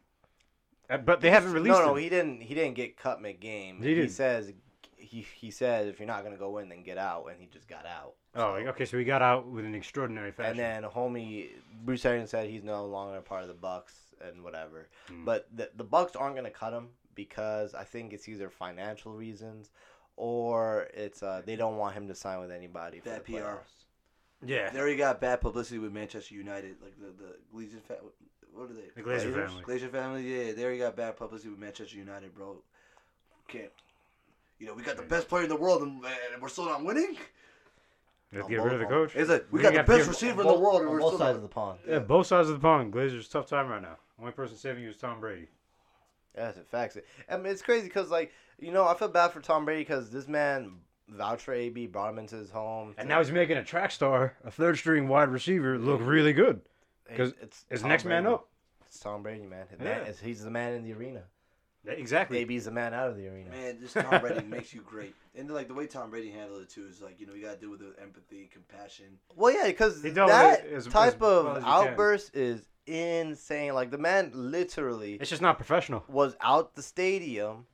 Speaker 1: Uh, But they haven't released
Speaker 3: no, no,
Speaker 1: him.
Speaker 3: he didn't. He didn't get cut mid game.
Speaker 1: He
Speaker 3: He,
Speaker 1: didn't.
Speaker 3: says he he says if you're not gonna go in, then get out, and he just got out.
Speaker 1: oh, like, okay, so he got out with an extraordinary fashion.
Speaker 3: And then homie Bruce Arians said he's no longer a part of the Bucks and whatever.
Speaker 1: Hmm.
Speaker 3: But the the Bucks aren't gonna cut him because I think it's either financial reasons or it's uh, they don't want him to sign with anybody. For
Speaker 4: Bad
Speaker 3: the
Speaker 4: PR.
Speaker 3: playoffs.
Speaker 1: yeah,
Speaker 4: They already got bad publicity with Manchester United, like the the Glazer fa- What are they?
Speaker 1: The Glazer
Speaker 4: Glazers?
Speaker 1: family.
Speaker 4: Glazer family. Yeah, they already got bad publicity with Manchester United, bro. Can't. You know, we got the best player in the world, and, and we're still not winning.
Speaker 1: let's
Speaker 3: on
Speaker 1: get rid of the
Speaker 3: both-
Speaker 1: coach.
Speaker 4: It's like we
Speaker 1: You
Speaker 4: got the
Speaker 1: have
Speaker 4: best
Speaker 1: to-
Speaker 4: receiver in
Speaker 3: On
Speaker 4: the
Speaker 3: both-
Speaker 4: world, and
Speaker 3: on
Speaker 4: we're
Speaker 3: both
Speaker 4: still
Speaker 3: sides
Speaker 4: not
Speaker 3: of the pond.
Speaker 1: Yeah, both sides of the pond. Glazers tough time right now. Only person saving you is Tom Brady.
Speaker 3: That's it. Facts. I mean, it's crazy because, like, you know, I feel bad for Tom Brady because this man vouched for AB, brought him into his home.
Speaker 1: And now he's making a track star, a third string wide receiver, look really good.
Speaker 3: Hey,
Speaker 1: Because
Speaker 3: it's
Speaker 1: it's
Speaker 3: Tom
Speaker 1: next man
Speaker 3: Brady.
Speaker 1: up.
Speaker 3: It's Tom Brady, man. His
Speaker 1: Yeah.
Speaker 3: man is, he's the man in the arena.
Speaker 1: Exactly.
Speaker 3: AB's the man out of the arena.
Speaker 4: Man, this Tom Brady makes you great, and like the way Tom Brady handled it too is like you know you gotta do it with empathy, compassion.
Speaker 3: Well, yeah, because
Speaker 1: He dealt with
Speaker 3: that
Speaker 1: it as-
Speaker 3: type
Speaker 1: as
Speaker 3: of
Speaker 1: well as you can.
Speaker 3: outburst is insane. Like, the man literally
Speaker 1: It's just not professional.
Speaker 3: was out the stadium,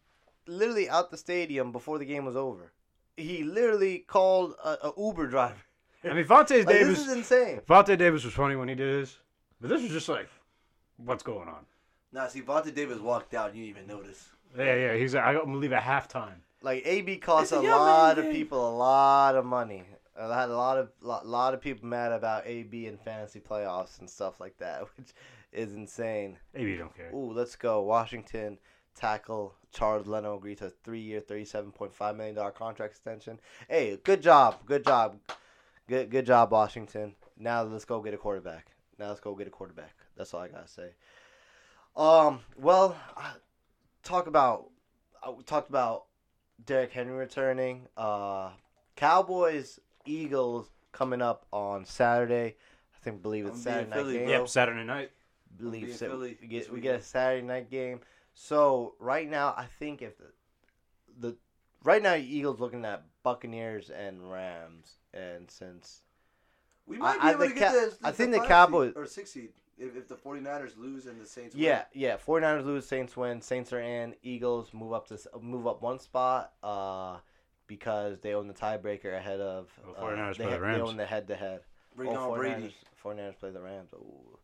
Speaker 3: literally out the stadium before the game was over. He literally called a, a Uber driver.
Speaker 1: I mean, Vontae
Speaker 3: Like,
Speaker 1: Davis.
Speaker 3: this is insane.
Speaker 1: Vontae Davis was funny when he did his, but this was just like, what's going on?
Speaker 4: Nah, see, Vontae Davis walked out, you didn't even notice.
Speaker 1: Yeah, yeah. He's. like, I'm gonna leave at halftime.
Speaker 3: Like AB cost
Speaker 4: It's a
Speaker 3: a
Speaker 4: young
Speaker 3: lot
Speaker 4: man
Speaker 3: of
Speaker 4: game.
Speaker 3: people a lot of money. I had a lot of lot, lot of people mad about AB and fantasy playoffs and stuff like that, which is insane.
Speaker 1: Maybe you don't care.
Speaker 3: Ooh, let's go Washington tackle Charles Leno agreed to a three-year, thirty-seven point five million dollar contract extension. Hey, good job, good job, good good job, Washington. Now let's go get a quarterback. Now let's go get a quarterback. That's all I gotta say. Um, well, I, talk about I talked about Derrick Henry returning. Uh, Cowboys Eagles coming up on Saturday. I think believe it's
Speaker 4: I'm being
Speaker 3: Saturday night
Speaker 4: Philly,
Speaker 3: game
Speaker 4: bro.
Speaker 1: Yep, Saturday night.
Speaker 3: believe
Speaker 4: Being
Speaker 3: so.
Speaker 4: Philly
Speaker 3: We
Speaker 4: this
Speaker 3: get we
Speaker 4: weekend.
Speaker 3: get a Saturday night game. So right now, I think if the, the right now Eagles looking at Buccaneers and Rams, and since
Speaker 4: We
Speaker 3: I-
Speaker 4: might be
Speaker 3: I
Speaker 4: able to
Speaker 3: think
Speaker 4: get
Speaker 3: Ca-
Speaker 4: this.
Speaker 3: I think the
Speaker 4: five
Speaker 3: Cowboys-
Speaker 4: seed, or six seed if, if the 49ers lose and the Saints. win.
Speaker 3: yeah yeah 49ers lose, Saints win, Saints are in, Eagles move up to s- move up one spot uh because they own the tiebreaker ahead of
Speaker 1: Well,
Speaker 3: uh,
Speaker 1: 49ers Oh, play the
Speaker 3: they, ha- they
Speaker 1: Rams.
Speaker 3: own the head to head.
Speaker 4: bring
Speaker 3: Oh,
Speaker 4: on Brady.
Speaker 3: 49ers play the Rams. Ooh.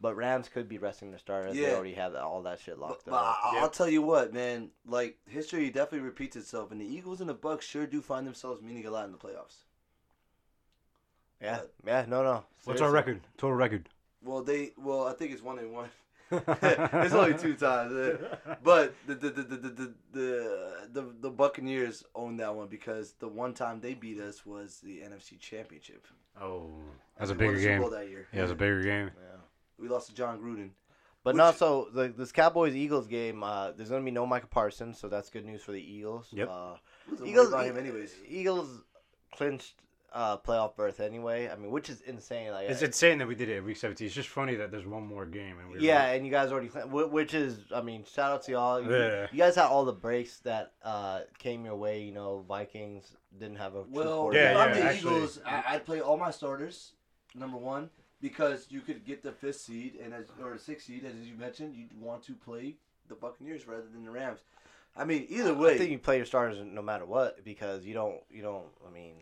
Speaker 3: But Rams could be resting their starters. They
Speaker 4: Yeah.
Speaker 3: already have all that shit
Speaker 4: But,
Speaker 3: locked
Speaker 4: but
Speaker 3: up.
Speaker 4: I-
Speaker 1: Yeah.
Speaker 4: I'll tell you what, man. Like history definitely repeats itself, and the Eagles and the Bucks sure do find themselves meaning a lot in the playoffs.
Speaker 3: Yeah, yeah, no, no.
Speaker 1: What's our
Speaker 3: Seriously.
Speaker 1: record? Total record.
Speaker 4: Well, they well, I think it's one and one. it's only two times, eh. but the the the, the the the the the Buccaneers own that one because the one time they beat us was the NFC Championship.
Speaker 1: Oh, that's a
Speaker 4: We won
Speaker 1: bigger
Speaker 4: the Super
Speaker 1: game.
Speaker 4: Bowl that year.
Speaker 1: Yeah, it's a bigger game.
Speaker 4: We lost to John Gruden.
Speaker 3: But
Speaker 4: Which-
Speaker 3: no, so the, this Cowboys Eagles game, uh, there's gonna be no Micah Parsons, so that's good news for the Eagles.
Speaker 1: Yep.
Speaker 3: Uh,
Speaker 4: Wasn't worried
Speaker 3: Eagles,
Speaker 4: about him anyways.
Speaker 3: Eagles clinched uh, playoff berth anyway. I mean, which is insane. Like,
Speaker 1: It's insane that we did it at week 17. It's just funny that there's one more game and we were
Speaker 3: yeah, and you guys already, clin- whi- which is, I mean, shout out to y'all. You,
Speaker 1: Yeah.
Speaker 3: you guys had all the breaks that uh, came your way. You know, Vikings didn't have a true
Speaker 4: Well,
Speaker 1: Yeah,
Speaker 4: if I'm
Speaker 3: quarterback.
Speaker 4: the
Speaker 1: yeah, actually-
Speaker 4: Eagles, I, I'd play all my starters. Number one, because you could get the fifth seed and as, or the sixth seed, as you mentioned, you'd want to play the Buccaneers rather than the Rams. I mean, either way,
Speaker 3: I think you play your starters no matter what because you don't, you don't. I mean,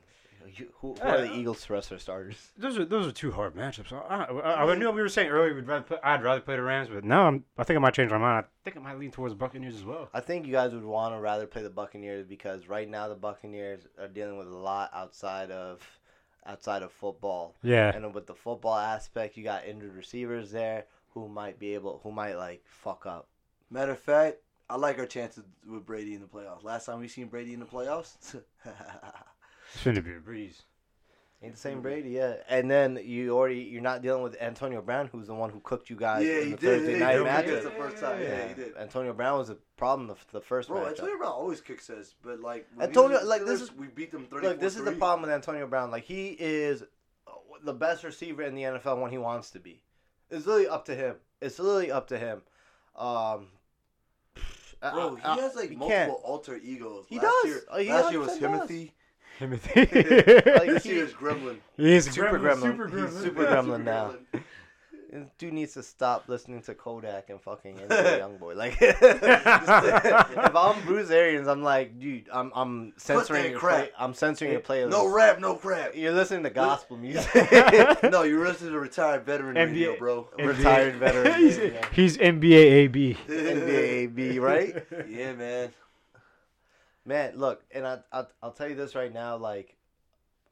Speaker 3: You- Who, who are the Eagles wrestler starters?
Speaker 1: Those are those are two hard matchups. I, I, I knew we were saying earlier we'd rather play, I'd rather play the Rams, but now I'm, I think I might change my mind. I think I might lean towards the Buccaneers as well.
Speaker 3: I think you guys would want to rather play the Buccaneers because right now the Buccaneers are dealing with a lot outside of outside of football.
Speaker 1: Yeah.
Speaker 3: And with the football aspect, you got injured receivers there who might be able who might like fuck up.
Speaker 4: Matter of fact, I like our chances with Brady in the playoffs. Last time we seen Brady in the playoffs,
Speaker 1: It's going to be a breeze.
Speaker 3: Ain't the same Brady, yeah. And then you already you're not dealing with Antonio Brown, who's the one who cooked you guys
Speaker 4: Yeah,
Speaker 3: in
Speaker 4: he
Speaker 3: the
Speaker 4: did.
Speaker 3: Thursday
Speaker 4: Yeah,
Speaker 3: night
Speaker 4: he did.
Speaker 3: matchup.
Speaker 4: That's the first time. Yeah, he did.
Speaker 3: Antonio Brown was a problem the, the first
Speaker 4: bro,
Speaker 3: matchup.
Speaker 4: Antonio Brown always kicks us, but like when he
Speaker 3: Antonio-
Speaker 4: was
Speaker 3: like,
Speaker 4: with
Speaker 3: this
Speaker 4: Steelers,
Speaker 3: is-
Speaker 4: we beat them thirty.
Speaker 3: Look, this is the problem with Antonio Brown. Like he is uh, the best receiver in the NFL when he wants to be. It's really up to him. It's really up to him. Um, I-
Speaker 4: Bro, he
Speaker 3: I-
Speaker 4: has like
Speaker 3: you
Speaker 4: multiple
Speaker 3: Uh, can't-
Speaker 4: alter egos.
Speaker 3: He
Speaker 4: last
Speaker 3: does.
Speaker 4: Year,
Speaker 3: Uh, he
Speaker 4: last year was
Speaker 3: 100% does.
Speaker 4: Timothy.
Speaker 1: Timothy.
Speaker 4: This
Speaker 3: he-
Speaker 4: year is Gremlin.
Speaker 1: He's a
Speaker 3: Super
Speaker 1: gremlin,
Speaker 3: gremlin.
Speaker 1: Super
Speaker 3: He's
Speaker 1: gremlin.
Speaker 3: super
Speaker 4: Yeah,
Speaker 3: gremlin
Speaker 4: super
Speaker 3: now.
Speaker 4: gremlin.
Speaker 3: This dude needs to stop listening to Kodak and fucking NBA young boy. Like, if I'm Bruce Arians, I'm like, dude, I'm I'm censoring
Speaker 4: that
Speaker 3: your
Speaker 4: crap.
Speaker 3: play. I'm censoring your playlist.
Speaker 4: No rap, no crap.
Speaker 3: You're listening to gospel music.
Speaker 4: no, you're listening to retired veteran radio,
Speaker 1: NBA.
Speaker 4: bro.
Speaker 1: NBA.
Speaker 3: Retired veteran.
Speaker 1: he's,
Speaker 3: yeah.
Speaker 1: he's NBA AB.
Speaker 3: NBA B, right?
Speaker 4: Yeah, man.
Speaker 3: Man, look, and I, I I'll tell you this right now. Like,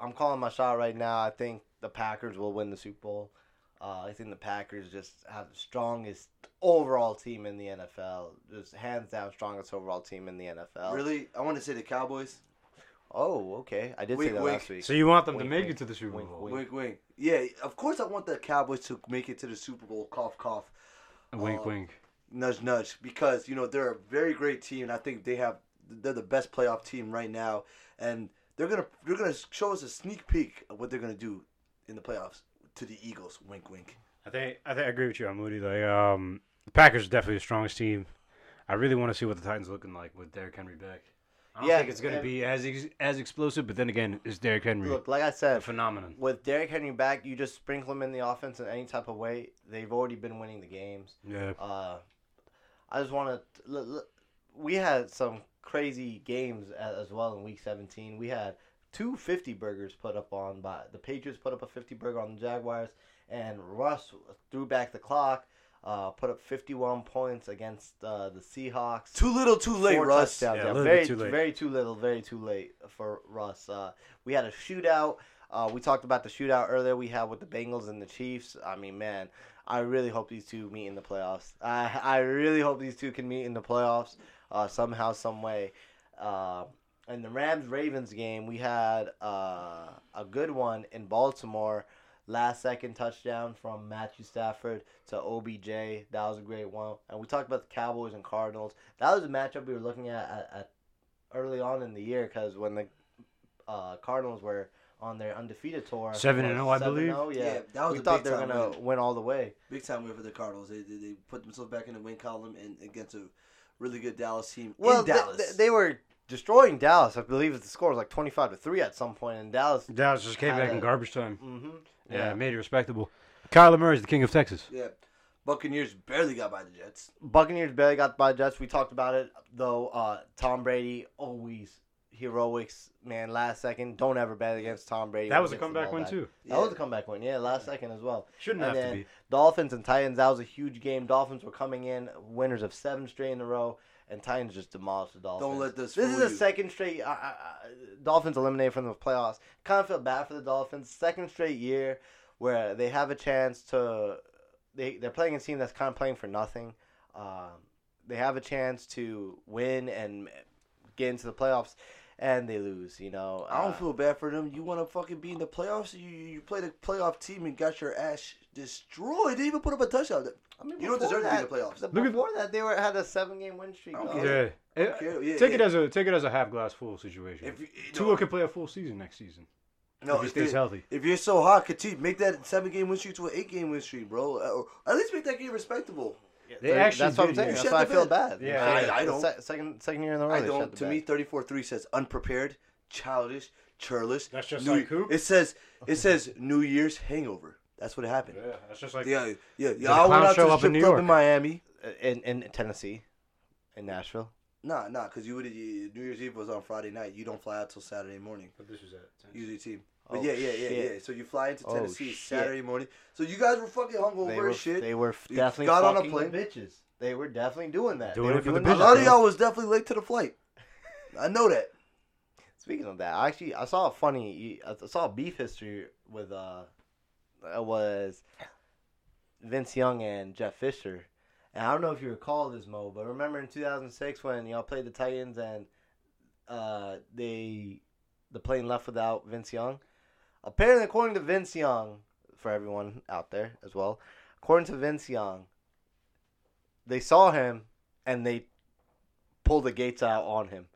Speaker 3: I'm calling my shot right now. I think the Packers will win the Super Bowl. Uh, I think the Packers just have the strongest overall team in the NFL. Just hands down, strongest overall team in the NFL.
Speaker 4: Really, I want to say the Cowboys.
Speaker 3: Oh, okay. I did
Speaker 4: Wink,
Speaker 3: say that
Speaker 4: wink.
Speaker 3: last week.
Speaker 1: So you want them to
Speaker 3: Wink,
Speaker 1: make
Speaker 3: wink,
Speaker 1: it to the Super
Speaker 3: wink,
Speaker 1: Bowl?
Speaker 3: wink.
Speaker 4: Wink, wink. Yeah, of course I want the Cowboys to make it to the Super Bowl. Cough, cough.
Speaker 1: Wink,
Speaker 4: Uh,
Speaker 1: wink.
Speaker 4: nudge nudge because you know they're a very great team and I think they have they're the best playoff team right now and they're gonna they're gonna show us a sneak peek of what they're gonna do in the playoffs to the Eagles. Wink wink.
Speaker 1: I think I think I agree with you on Moody. Like, um, the Packers are definitely the strongest team. I really want to see what the Titans looking like with Derrick Henry back. I don't
Speaker 3: Yeah,
Speaker 1: think it's going to
Speaker 3: and-
Speaker 1: be as ex- as explosive, but then again, it's Derrick Henry,
Speaker 3: Look, like I said,
Speaker 1: a phenomenon.
Speaker 3: with Derrick Henry back, you just sprinkle him in the offense in any type of way. They've already been winning the games.
Speaker 1: Yeah,
Speaker 3: Uh, I just want to. We had some crazy games a- as well in Week 17. We had two 50 burgers put up on by the Patriots. Put up a 50 burger on the Jaguars, and Russ threw back the clock. Uh, put up 51 points against uh, the Seahawks.
Speaker 4: Too little, too late,
Speaker 3: Four
Speaker 4: Russ.
Speaker 3: touchdowns,
Speaker 1: Yeah, a
Speaker 3: yeah.
Speaker 1: little bit
Speaker 3: very,
Speaker 1: too late.
Speaker 3: very too little, very too late for Russ. Uh, we had a shootout. Uh, we talked about the shootout earlier. We had with the Bengals and the Chiefs. I mean, man, I really hope these two meet in the playoffs. I I really hope these two can meet in the playoffs uh, somehow, some way. Uh, in the Rams Ravens game, we had uh, a good one in Baltimore. Last second touchdown from Matthew Stafford to OBJ. That was a great one. And we talked about the Cowboys and Cardinals. That was a matchup we were looking at, at, at early on in the year because when the uh, Cardinals were on their undefeated tour,
Speaker 1: 7-0, oh, I believe.
Speaker 3: 7-0, yeah.
Speaker 4: Yeah, that was
Speaker 3: we
Speaker 4: a
Speaker 3: thought
Speaker 4: big
Speaker 3: they were
Speaker 4: time
Speaker 3: gonna
Speaker 4: win.
Speaker 3: win all the way.
Speaker 4: Big time win for the Cardinals. They, they they put themselves back in the win column and against a really good Dallas team
Speaker 3: Well,
Speaker 4: in
Speaker 3: they,
Speaker 4: Dallas.
Speaker 3: they, they were destroying Dallas. I believe the score was like twenty five to three at some point, and Dallas.
Speaker 1: Dallas just came
Speaker 3: I
Speaker 1: back
Speaker 3: don't-
Speaker 1: in garbage time.
Speaker 3: hmm
Speaker 1: Yeah, made it respectable. Kyler Murray's the king of Texas.
Speaker 4: yeah, Buccaneers barely got by the Jets.
Speaker 3: Buccaneers barely got by Jets. We talked about it though. Uh, Tom Brady always heroics, man. Last second, don't ever bet against Tom Brady.
Speaker 1: That
Speaker 3: when
Speaker 1: was
Speaker 3: he
Speaker 1: a
Speaker 3: gets the
Speaker 1: comeback
Speaker 3: ball
Speaker 1: one
Speaker 3: back.
Speaker 1: too.
Speaker 3: That was a comeback one, yeah. Last second as well.
Speaker 1: Shouldn't
Speaker 3: And
Speaker 1: have to
Speaker 3: then
Speaker 1: be.
Speaker 3: Dolphins and Titans. That was a huge game. Dolphins were coming in winners of seven straight in a row, and Titans just demolished the Dolphins.
Speaker 4: let this
Speaker 3: This
Speaker 4: fool
Speaker 3: is the
Speaker 4: you.
Speaker 3: second straight. Uh, uh, Dolphins eliminated from the playoffs. Kind of feel bad for the Dolphins. Second straight year where they have a chance to. They they're playing a team that's kind of playing for nothing. Um, they have a chance to win and get into the playoffs, and they lose. You know.
Speaker 4: I
Speaker 3: Uh,
Speaker 4: don't feel bad for them. You want to fucking be in the playoffs? You you you played a playoff team and got your ass destroyed. They even put up a touchdown.
Speaker 3: I mean,
Speaker 4: You don't
Speaker 3: before
Speaker 4: deserve to be in the
Speaker 3: that-
Speaker 4: playoffs.
Speaker 3: the-
Speaker 1: Look at-
Speaker 3: before that, they were had a seven game win streak.
Speaker 4: I don't
Speaker 3: dog.
Speaker 4: care.
Speaker 1: Yeah.
Speaker 4: don't care. Oh, Yeah,
Speaker 1: take
Speaker 4: yeah.
Speaker 1: it as a take it as a half glass full situation.
Speaker 4: If you,
Speaker 1: Tua could play a full season next season
Speaker 4: no,
Speaker 1: if he
Speaker 4: if
Speaker 1: stays
Speaker 4: they-
Speaker 1: healthy.
Speaker 4: If you're so hot, continue make that seven game win streak to an eight game win streak, bro. Uh, Or at least make that game respectable.
Speaker 1: They
Speaker 3: Thir-
Speaker 1: actually
Speaker 3: that's what I'm
Speaker 1: did,
Speaker 3: saying.
Speaker 1: yeah.
Speaker 3: That's
Speaker 4: Shut
Speaker 3: why I
Speaker 4: the
Speaker 3: feel
Speaker 4: bed.
Speaker 3: bad.
Speaker 1: Yeah,
Speaker 3: I,
Speaker 1: yeah.
Speaker 4: I don't.
Speaker 3: Se- second second year in a row.
Speaker 4: I
Speaker 3: they shut
Speaker 4: don't.
Speaker 3: the
Speaker 4: To
Speaker 3: bed.
Speaker 4: me, thirty four three says unprepared, childish, churlish.
Speaker 1: That's just
Speaker 4: New-
Speaker 1: like Coop.
Speaker 4: It says it says New Year's hangover. That's what happened.
Speaker 1: Yeah, that's just like
Speaker 4: Yeah, yeah, yeah.
Speaker 1: the
Speaker 4: I went
Speaker 1: clowns
Speaker 4: out
Speaker 1: show
Speaker 4: to the
Speaker 1: up in
Speaker 4: strip
Speaker 1: New
Speaker 4: club
Speaker 1: York?
Speaker 4: in Miami.
Speaker 3: in in Tennessee, in Nashville.
Speaker 4: Nah, nah, because you would New Year's Eve was on Friday night. You don't fly out till Saturday morning.
Speaker 1: But this was at
Speaker 4: Usually team. But
Speaker 3: Oh,
Speaker 4: yeah, yeah, yeah,
Speaker 3: shit.
Speaker 4: yeah. So you fly into
Speaker 3: Oh,
Speaker 4: Tennessee
Speaker 3: shit.
Speaker 4: Saturday morning. So you guys were fucking hungover
Speaker 3: They were,
Speaker 4: as shit.
Speaker 3: they were f-
Speaker 4: You
Speaker 3: definitely
Speaker 4: got on a
Speaker 3: fucking
Speaker 4: plane.
Speaker 3: the bitches. They were definitely doing that.
Speaker 1: Doing
Speaker 3: They were
Speaker 1: it for the
Speaker 3: doing
Speaker 4: a
Speaker 1: bitches,
Speaker 3: that.
Speaker 4: lot of y'all was definitely late to the flight. I know that.
Speaker 3: Speaking of that, I actually I saw a funny I saw a beef history with uh it was Vince Young and Jeff Fisher. And I don't know if you recall this Mo, but remember in 2006 when y'all played the Titans and uh they the plane left without Vince Young? Apparently according to Vince Young, for everyone out there as well, according to Vince Young, they saw him and they pulled the gates out on him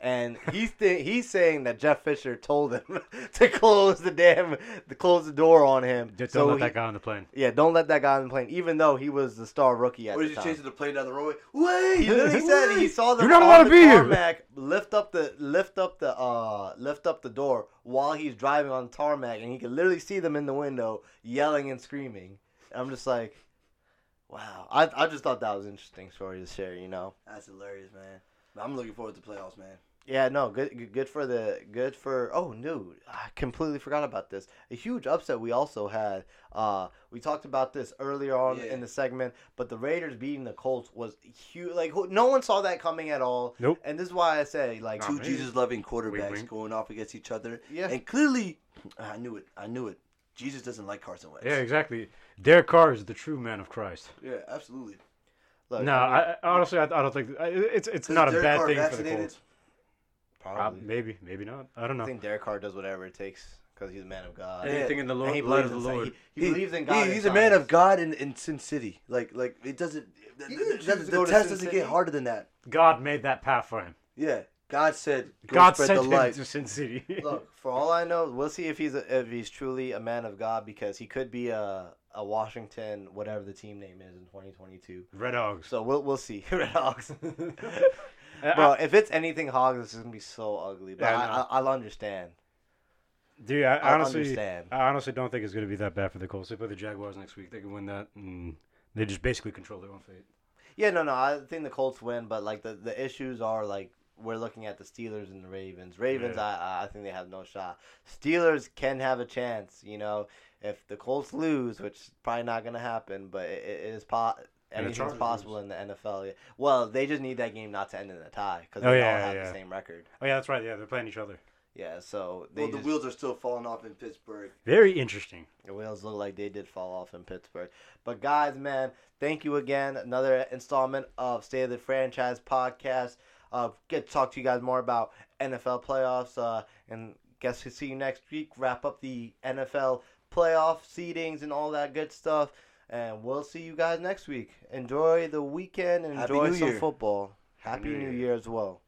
Speaker 3: and he's th- he's saying that Jeff Fisher told him to close the damn to close the door on him.
Speaker 1: Just
Speaker 3: So
Speaker 1: don't let
Speaker 3: he-
Speaker 1: that guy on the plane.
Speaker 3: Yeah, don't let that guy on the plane, even though he was the star rookie at
Speaker 4: Or
Speaker 3: the
Speaker 4: you
Speaker 3: time.
Speaker 4: chasing the plane down the roadway? Wait!
Speaker 3: he literally said he saw them
Speaker 1: You're not
Speaker 3: on
Speaker 1: allowed to
Speaker 3: the
Speaker 1: be here.
Speaker 3: tarmac lift up the lift up the uh lift up the door while he's driving on tarmac, and he could literally see them in the window yelling and screaming. And I'm just like, wow. I I just thought that was an interesting story to share. You know.
Speaker 4: That's hilarious, man. I'm looking forward to playoffs, man.
Speaker 3: Yeah, no, good, good- good for the good for. Oh no, I completely forgot about this. A huge upset we also had. Uh, we talked about this earlier on
Speaker 4: Yeah.
Speaker 3: in the segment, but the Raiders beating the Colts was huge. Like who- no one saw that coming at all.
Speaker 1: Nope.
Speaker 3: And this is why I say like
Speaker 1: Nah,
Speaker 4: Two
Speaker 1: man.
Speaker 4: Jesus loving quarterbacks
Speaker 1: wink.
Speaker 4: going off against each other.
Speaker 3: Yeah.
Speaker 4: And clearly, I knew it. I knew it. Jesus doesn't like Carson Wentz.
Speaker 1: Yeah, exactly. Derek Carr is the true man of Christ.
Speaker 4: Yeah, absolutely.
Speaker 3: look,
Speaker 1: No,
Speaker 3: I mean,
Speaker 1: I, I honestly, I, I don't think I, it's it's
Speaker 4: Is
Speaker 1: not a
Speaker 4: Derek
Speaker 1: bad
Speaker 4: Carr
Speaker 1: thing for the
Speaker 4: vaccinated?
Speaker 1: Colts. Uh,
Speaker 3: probably.
Speaker 1: maybe, maybe not. I don't
Speaker 3: I
Speaker 1: know.
Speaker 3: think Derek Carr does whatever it takes because he's a man of God.
Speaker 4: Yeah.
Speaker 1: Anything in the Lord,
Speaker 3: And he
Speaker 1: light of the
Speaker 3: believes in-
Speaker 1: Lord.
Speaker 3: He, he believes in God.
Speaker 4: He, he's
Speaker 3: and
Speaker 4: a man
Speaker 3: science.
Speaker 4: of God in, in Sin City. Like, like it doesn't. The,
Speaker 3: He didn't
Speaker 4: the-
Speaker 3: choose to
Speaker 4: the
Speaker 3: go to
Speaker 4: test
Speaker 3: Sin
Speaker 4: doesn't
Speaker 3: City.
Speaker 4: get harder than that.
Speaker 1: God made that path for him.
Speaker 4: Yeah, God said. Go
Speaker 1: God
Speaker 4: spread
Speaker 1: sent
Speaker 4: the
Speaker 1: him
Speaker 4: light.
Speaker 1: to Sin City.
Speaker 3: Look, for all I know, we'll see if he's a, if he's truly a man of God because he could be a a Washington whatever the team name is in 2022.
Speaker 1: Red Hogs.
Speaker 3: So we'll we'll see. Red Hogs.
Speaker 1: Uh, I-
Speaker 3: Bro, if it's anything Hogs, this is gonna be so ugly. But
Speaker 1: Yeah, I
Speaker 3: I,
Speaker 1: know.
Speaker 3: I, I'll understand.
Speaker 1: Dude, I,
Speaker 3: I
Speaker 1: honestly,
Speaker 3: understand.
Speaker 1: I honestly don't think it's going to be that bad for the Colts. They play the Jaguars next week. They can win that, and they just basically control their own fate.
Speaker 3: Yeah, no, no. I think the Colts win, but like the, the issues are like we're looking at the Steelers and the Ravens. Ravens,
Speaker 1: Yeah.
Speaker 3: I I- I think they have no shot. Steelers can have a chance, you know, if the Colts lose, which is probably not gonna happen, but it, it is po-
Speaker 1: And the
Speaker 3: Anything's
Speaker 1: Chargers
Speaker 3: possible in the NFL. yeah. Well, they just need that game not to end in a tie because they
Speaker 1: Oh,
Speaker 3: all
Speaker 1: yeah,
Speaker 3: have
Speaker 1: yeah.
Speaker 3: the same record.
Speaker 1: Oh yeah, that's right. Yeah, they're playing each other.
Speaker 3: Yeah, so they
Speaker 4: Well, the
Speaker 3: just-
Speaker 4: wheels are still falling off in Pittsburgh.
Speaker 1: Very interesting.
Speaker 3: The wheels look like they did fall off in Pittsburgh. But guys, man, thank you again. Another installment of State of the Franchise podcast. Uh, get to talk to you guys more about NFL playoffs. Uh, and guess we see you next week. Wrap up the NFL playoff seedings and all that good stuff. And we'll see you guys next week. Enjoy the weekend and
Speaker 4: Happy
Speaker 3: enjoy
Speaker 4: New
Speaker 3: some
Speaker 4: Year.
Speaker 3: football. Happy
Speaker 1: New
Speaker 3: New
Speaker 1: Year.
Speaker 3: Year as well.